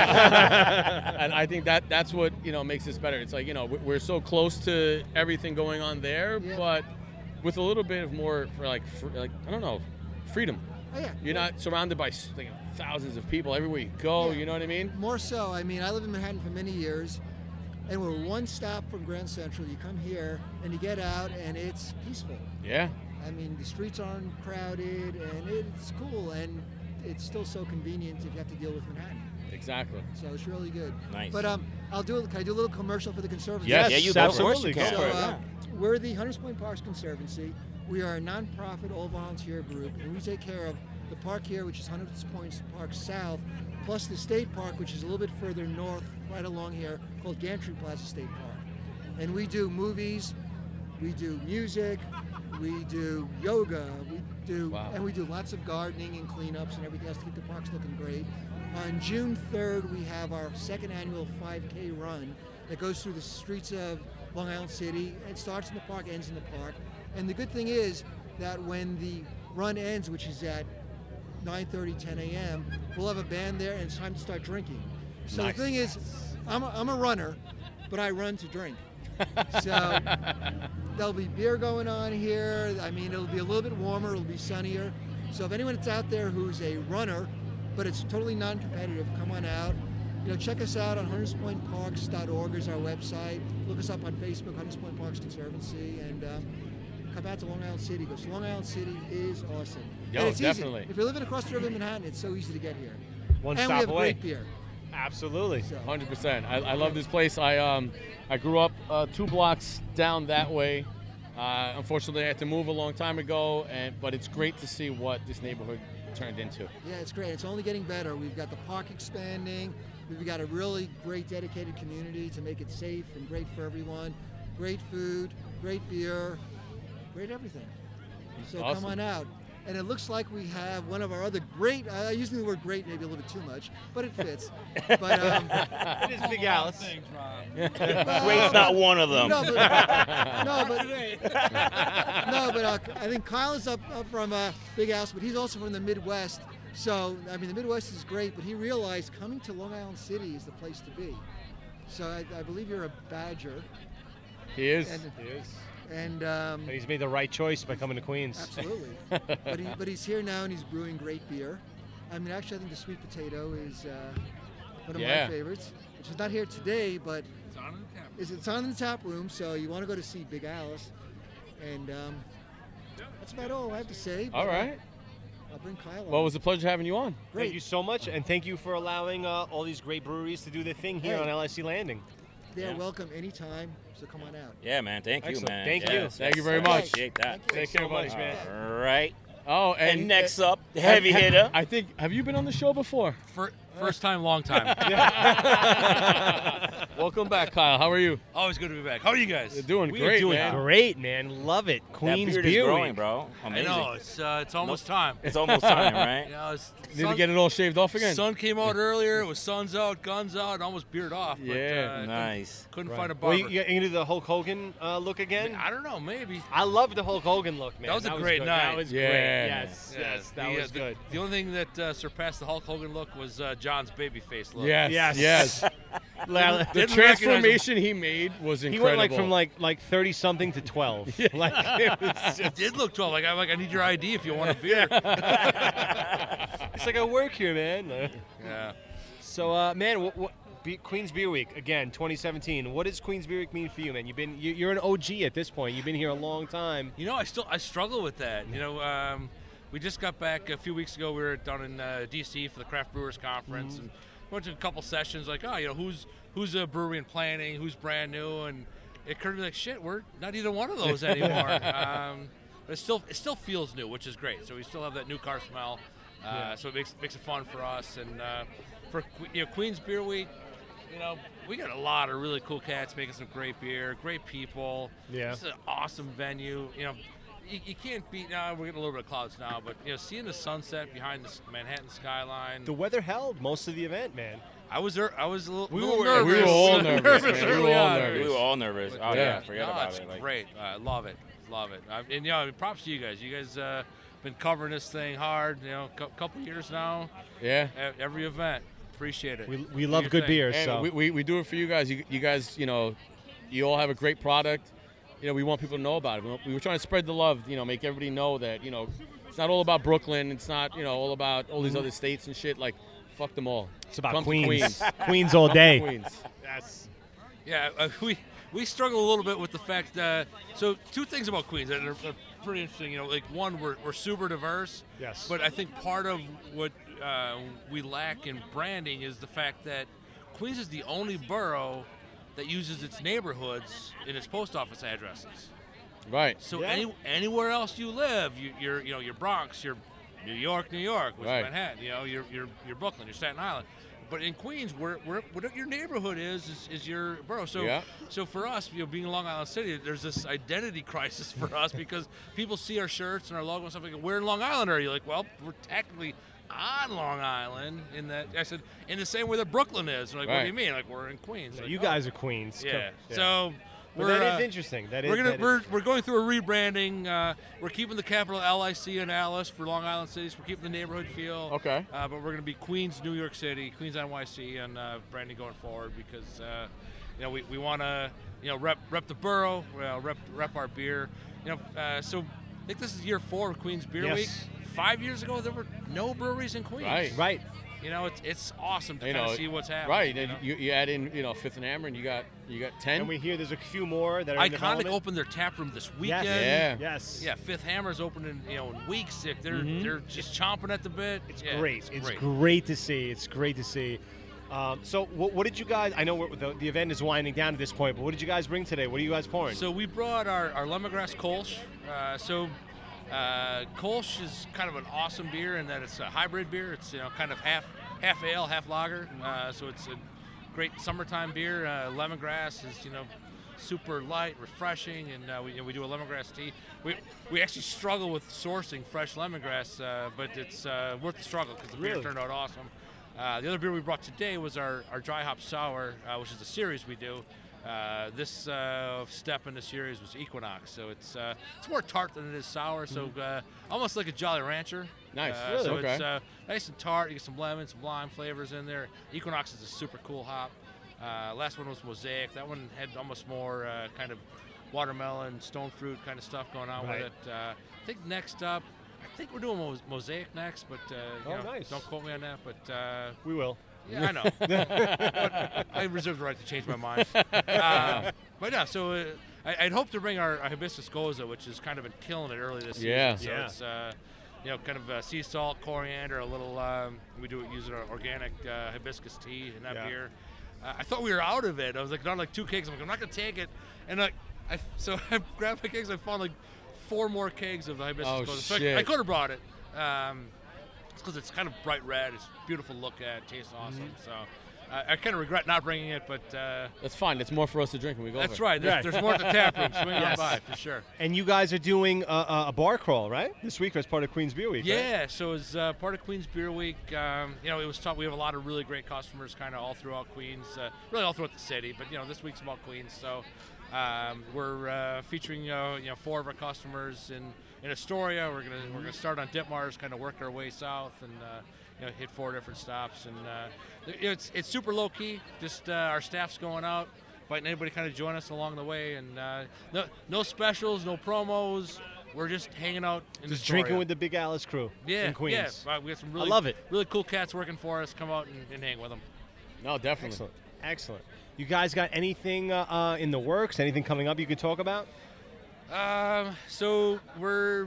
and I think that that's what you know makes this better. It's like you know we- we're so close to everything going on there, but with a little bit of more for like fr- like I don't know, freedom. Oh, yeah. You're not surrounded by s- like, thousands of people everywhere you go. You know what I mean? More so, I mean, I lived in Manhattan for many years, and we're one stop from Grand Central. You come here and you get out, and it's peaceful. Yeah. I mean, the streets aren't crowded, and it's cool, and it's still so convenient if you have to deal with Manhattan. Exactly. So it's really good. Nice. But um, I'll do. Can I do a little commercial for the Conservancy? Yes, Yeah, you go absolutely for it. So, go for it, uh, we're the Hunters Point Parks Conservancy. We are a nonprofit all volunteer group, and we take care of the park here, which is Hunters Point Park South, plus the state park, which is a little bit further north, right along here, called Gantry Plaza State Park. And we do movies, we do music, we do yoga, we do, and we do lots of gardening and cleanups and everything else to keep the parks looking great. On June 3rd, we have our second annual 5K run that goes through the streets of Long Island City. It starts in the park, ends in the park. And the good thing is that when the run ends, which is at 9:30, 10 a.m., we'll have a band there, and it's time to start drinking. So Nice. the thing is, I'm a, I'm a runner, but I run to drink. so there'll be beer going on here. I mean, it'll be a little bit warmer, it'll be sunnier. So if anyone that's out there who's a runner, but it's totally non-competitive, come on out. You know, check us out on HuntersPointParks.org is our website. Look us up on Facebook, Hunters Point Parks Conservancy, and um, come out to Long Island City because Long Island City is awesome. Yo, and it's easy. definitely. If you're living across the river in Manhattan, it's so easy to get here. One and stop we have away. great beer. Absolutely. Hundred percent. I, I love this place. I um, I grew up uh, two blocks down that way. Uh, unfortunately, I had to move a long time ago, and but it's great to see what this neighborhood turned into. Yeah, it's great. It's only getting better. We've got the park expanding. We've got a really great dedicated community to make it safe and great for everyone. Great food, great beer, great everything. So Awesome. come on out. And it looks like we have one of our other great. I I use the word great maybe a little bit too much, but it fits. but um, It is Big Alice. Things, Well, Great's not one of them. No, but no, but, no, but uh, I think Kyle is up, up from uh, Big House, but he's also from the Midwest. So I mean, the Midwest is great, but he realized coming to Long Island City is the place to be. So I, I believe you're a Badger. He is. And- he is. And um, But he's made the right choice by coming to Queens. Absolutely. but, he, but he's here now and he's brewing great beer. I mean, actually, I think the sweet potato is uh, one of Yeah. my favorites, which is not here today, but it's on the tap. Is it's on in the tap room? So you want to go to see Big Alice, and um, that's about all I have to say. but, All uh, right. I'll bring Kyle. Well, it on. was a pleasure having you on. Great. Thank you so much, and thank you for allowing uh, all these great breweries to do their thing here Hey. on LIC Landing. They're Yeah. welcome anytime, so come on out. Yeah, man. Thank you, Excellent. man. Thank Yes, you. yes, Thank you very I much. Appreciate that. Thank you. Take care, buddy. man. All right. Oh, and, next up, the have- heavy have- hitter. I think. Have you been on the show before? For First time, long time. Welcome back, Kyle. How are you? Always good to be back. How are you guys? You're doing We are great, doing man. great, man. Love it. Queens beer Beer growing, Week. bro. Amazing. I know it's uh, it's almost time. you know, it's, Need to sun- get it all shaved off again. Sun came out earlier. It was suns out, guns out, almost beard off. But, uh, Yeah. couldn't- Nice. Couldn't Right. find a barber. Well, you, you gonna do the Hulk Hogan uh, look again? I don't know, maybe. I love the Hulk Hogan look, man. that was a great good. night. That was great. Yes, Yeah. yes, that The, uh, was the- good. The, only thing that uh, surpassed the Hulk Hogan look was uh, John's babyface look. Yes. Yes. Yes. La- Didn't- the didn't recognize him. transformation he made was He went incredible. like from like like thirty something to twelve. Like it was He did look tall. Like I'm like I need your ID if you want a beer. it's like I work here, man. Yeah. So, uh, man, what, what Be- Queens Beer Week again, 2017. What does Queens Beer Week mean for you, man? You've been you, you're an OG at this point. You've been here a long time. You know, I still I struggle with that. You know, um, we just got back a few weeks ago. We were down in uh, D.C. for the Craft Brewers Conference Mhm. and went to a couple sessions. Like, oh, you know, who's who's a brewery in planning? Who's brand new? And it occurred to me like, shit, we're not either one of those anymore. um, but it still it still feels new, which is great. So we still have that new car smell. Uh, Yeah. So it makes makes it fun for us and uh, for Que- you know Queens Beer Week. You know, we got a lot of really cool cats making some great beer, great people. Yeah. It's an awesome venue. You know, you, you can't beat. Now we're getting a little bit of clouds now, but you know, seeing the sunset behind the s- Manhattan skyline. The weather held most of the event, man. I was there. I was a little, We little were- nervous. we were all nervous, man. We were early all on. nervous. We were all nervous. But, Oh, yeah, I forgot no, about it's it, like- great. I love it. Love it. I, and yeah, I mean, props to you guys. You guys uh, been covering this thing hard. You know, a couple years now. Yeah. E- Every event. Appreciate it. We, Do your thing. And we, we, we do it for you guys. You, you guys, you know, you all have a great product. You know, we want people to know about it. We, want- we were trying to spread the love. You know, make everybody know that you know, it's not all about Brooklyn. It's not you know all about all these Mhm. other states and shit. Like, fuck them all. It's about Come to Queens. Queens. Queens all Come to day. Queens. Yes. Yeah, uh, we we struggle a little bit with the fact that so two things about Queens that are, are pretty interesting. You know, like one we're, we're super diverse. Yes. But I think part of what uh, we lack in branding is the fact that Queens is the only borough that uses its neighborhoods in its post office addresses. Right. So any anywhere else you live, you, you're you know your Bronx, your New York, New York, which is Right. Manhattan, you know your your your Brooklyn, your Staten Island. But in Queens, where, where whatever your neighborhood is, is, is your borough. So Yeah. so for us, you know, being Long Island City, there's this identity crisis for us because people see our shirts and our logo and stuff like, "Where in Long Island are you?" Like, well, we're technically on Long Island. In that, I said, in the same way that Brooklyn is. They're like, what do Right. you mean? Like, we're in Queens. Like, you "Oh." guys are Queens. Come- Yeah. yeah. So But we're, that is uh, interesting. That is- we're gonna that is- we're, we're going through a rebranding. Uh, we're keeping the capital LIC in Alice for Long Island cities. We're keeping the neighborhood feel. Okay. Uh, but we're gonna be Queens, New York City, Queens NYC, and uh, branding going forward because uh, you know we, we want to you know rep rep the borough, uh, rep rep our beer. You know, uh, so I think this is year four of Queens Beer Yes. Week. Five years ago, there were no breweries in Queens. Right. Right. You know, it's it's awesome to You kind know, of see what's happening. Right. you and know? You, you add in you know Fifth and Hammer, and you got you got ten. And we hear there's a few more that are in Iconic development. opened their tap room this Yes. weekend. Yeah. Yes. Yeah. Fifth Hammer's opening, you know, in weeks. They're they're, Mhm. they're just chomping at the bit. Yeah, It's great. It's, great. to see. It's great to see. Um, so, what, what did you guys? I know we're, the, the event is winding down at this point, but what did you guys bring today? What are you guys pouring? So we brought our, our lemongrass Kolsch. Uh, so uh, Kolsch is kind of an awesome beer in that it's a hybrid beer. It's you know kind of half half ale, half lager. Uh, so it's a great summertime beer. Uh, lemongrass is you know super light, refreshing, and uh, we, and we do a lemongrass tea. We we actually struggle with sourcing fresh lemongrass, uh, but it's uh, worth the struggle because the beer Really? turned out awesome. Uh, the other beer we brought today was our, our dry hop sour, uh, which is a series we do. Uh, this uh, step in the series was Equinox, so it's uh, it's more tart than it is sour, so uh, almost like a Jolly Rancher. Mm-hmm. Nice. Uh, Really? So Okay. it's uh, nice and tart. You get some lemon, some lime flavors in there. Equinox is a super cool hop. Uh, last one was Mosaic. That one had almost more uh, kind of watermelon, stone fruit kind of stuff going on Right. with it. Uh, I think next up, I think we're doing Mos- Mosaic next, but uh, you Oh, know, nice. don't quote me on that. But uh, We will. Yeah, I know. But I reserve the right to change my mind. Uh, but yeah, so uh, I, I'd hope to bring our, our hibiscus goza, which has kind of been killing it early this Yeah. season. So Yeah. it's uh, you know kind of uh, sea salt, coriander, a little. Um, we do it using our organic uh, hibiscus tea in that Yeah. beer. Uh, I thought we were out of it. I was like down like two kegs. I'm like I'm not gonna take it, and like I so I grabbed my kegs. I found like four more kegs of the hibiscus Oh, goza. So I- I shit. could have brought it. Um, It's because it's kind of bright red. It's beautiful to look at. Tastes awesome. So uh, I kind of regret not bringing it, but uh, That's fine. It's more for us to drink when we go. That's over. right. There's- there's more at the tap room. Swing on by, for sure. And you guys are doing a, a, a bar crawl, right? This week as part of Queens Beer Week. right? Yeah, so as uh, part of Queens Beer Week, um, you know, it was taught we have a lot of really great customers kind of all throughout Queens, uh, really all throughout the city, but you know, this week's about Queens, so um, we're uh, featuring uh, you know four of our customers in, in Astoria. We're gonna we're gonna start on Ditmars, kind of work our way south, and uh, you know, hit four different stops, and uh, it's it's super low key. Just uh, our staff's going out. Inviting anybody to kind of join us along the way, and uh, no, no specials, no promos. We're just hanging out. In Just Astoria. drinking with the Big Alice crew Yeah, in Queens. yeah. Uh, we got some really, I love it. Really cool cats working for us. Come out and, and hang with them. No, definitely. Excellent. Excellent. You guys got anything uh, uh, in the works? Anything coming up you can talk about? Um, so we're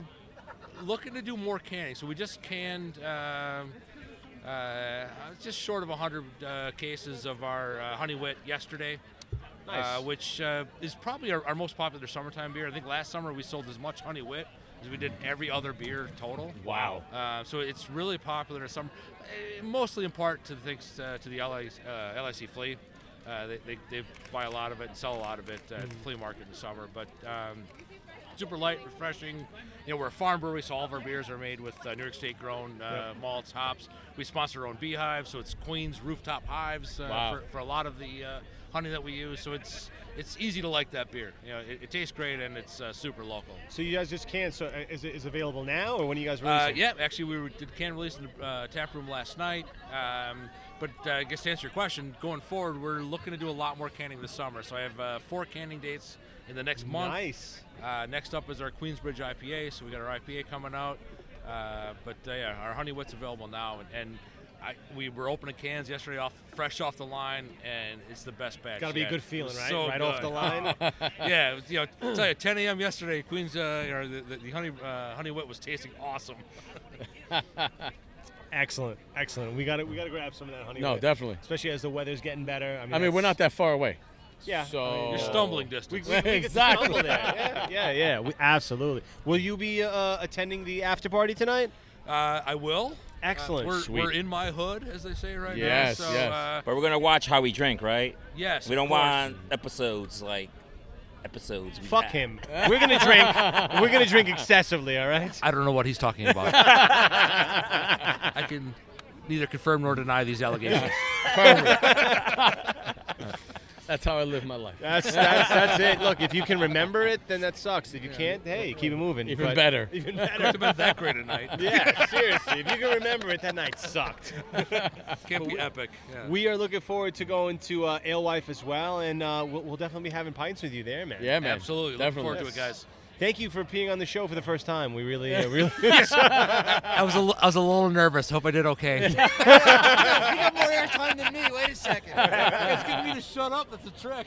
looking to do more canning. So we just canned um, uh, just short of 100 uh, cases of our uh, honey wit yesterday. Nice. Uh, which uh, is probably our, our most popular summertime beer. I think last summer we sold as much honey wit as we did every other beer total. Wow. Uh, so it's really popular in summer, eh, mostly in part to the thanks uh, to the LIC, uh, LIC flea. Uh, they, they, they buy a lot of it and sell a lot of it at the Mhm. flea market in the summer. But um, super light, refreshing. You know, we're a farm brewery, so all of our beers are made with uh, New York State grown uh, malts, hops. We sponsor our own beehives, so it's Queens rooftop hives uh, Wow. for, for a lot of the uh, honey that we use. So it's it's easy to like that beer. You know, it, it tastes great and it's uh, super local. So you guys just can't. So uh, is it is available now, or when are you guys Uh, releasing? yeah, actually, we were, did can release in the uh, tap room last night. Um, but uh, I guess to answer your question, going forward, we're looking to do a lot more canning this summer. So I have uh, four canning dates in the next month. Nice. Uh, next up is our Queensbridge IPA. So we got our IPA coming out. Uh, but uh, yeah, our honey wit's available now, and, and I, we were opening cans yesterday off fresh off the line, and it's the best batch. Gotta be a yet. good It feeling, was right? so Right off the good. line. yeah, it was, you know, tell you, 10 a.m. yesterday, Queens, uh, you know, the, the, the honey uh, honey wit was tasting awesome. Excellent. Excellent. We got to we got to grab some of that honey. No, wit. definitely. Especially as the weather's getting better. I mean, I mean, we're that's- not that far away. Yeah. I mean, So uh, You're stumbling distance. We, we, we could exactly. stumble there. Yeah, yeah, yeah. We, absolutely. Will you be uh, attending the after party tonight? Uh, I will. Excellent. Uh, we're, Sweet. we're in my hood, as they say right now. So, Uh, but we're gonna watch how we drink, right? Yes, We of don't course. want episodes like episodes. We Fuck have. him. We're gonna drink. we're gonna drink excessively. All right. I don't know what he's talking about. I can neither confirm nor deny these allegations. that's how I live my life. That's that's that's it. Look, if you can remember it, then that sucks. If you can't, hey, keep it moving. Even But- better. Even better. Couldn't have been that great a night. Yeah, seriously. If you can remember it, that night sucked. Can't But be we- epic, yeah. We are looking forward to going to uh, Alewife as well, and uh, we'll, we'll definitely be having pints with you there, man. Yeah, man. Absolutely. Looking Definitely. forward to it, guys. Thank you for being on the show for the first time. We really, uh, really. I was a li- I was a little nervous. Hope I did okay. you got more airtime than me. Wait a second. It's getting me to shut up. That's a trick.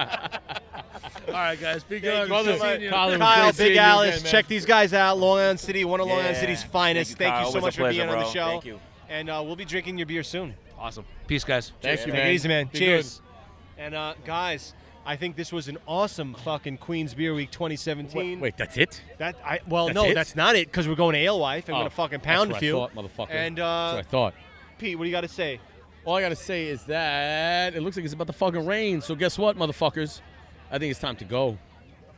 All right, guys. Be good. Thank you so much. Kyle, great seeing Big you Alice, again, man. check these guys out. Long Island City, one of Long Island Yeah. City's finest. Thank you, Thank you, Kyle. so Always a much pleasure, for being on the bro. show. Thank you. And uh, we'll be drinking your beer soon. Awesome. Peace, guys. Thank Cheers. you, Take it man. easy, man. Be Cheers. And uh, guys, I think this was an awesome fucking Queens Beer Week 2017. Wait, that's it? That I well That's no, it? that's not it because we're going to Alewife and we're Oh, gonna fucking that's pound what I a few. thought, motherfucker. And uh, That's what I thought. Pete, what do you got to say? All I gotta say is that it looks like it's about to fucking rain. So guess what, motherfuckers? I think it's time to go.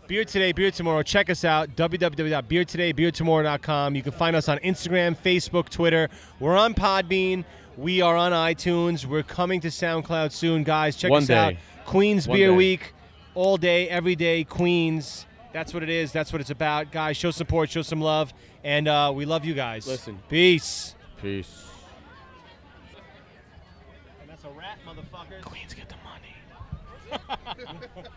Beer Today, Beer Tomorrow. Check us out, www.beertodaybeertomorrow.com. You can find us on Instagram, Facebook, Twitter. We're on Podbean. We are on iTunes. We're coming to SoundCloud soon, guys. Check One us out. day. Queens One Beer day. Week, all day, every day, Queens. That's what it is. That's what it's about. Guys, show support, show some love, and uh, we love you guys. Listen. Peace. Peace. And that's a rat, motherfuckers. Queens get the money.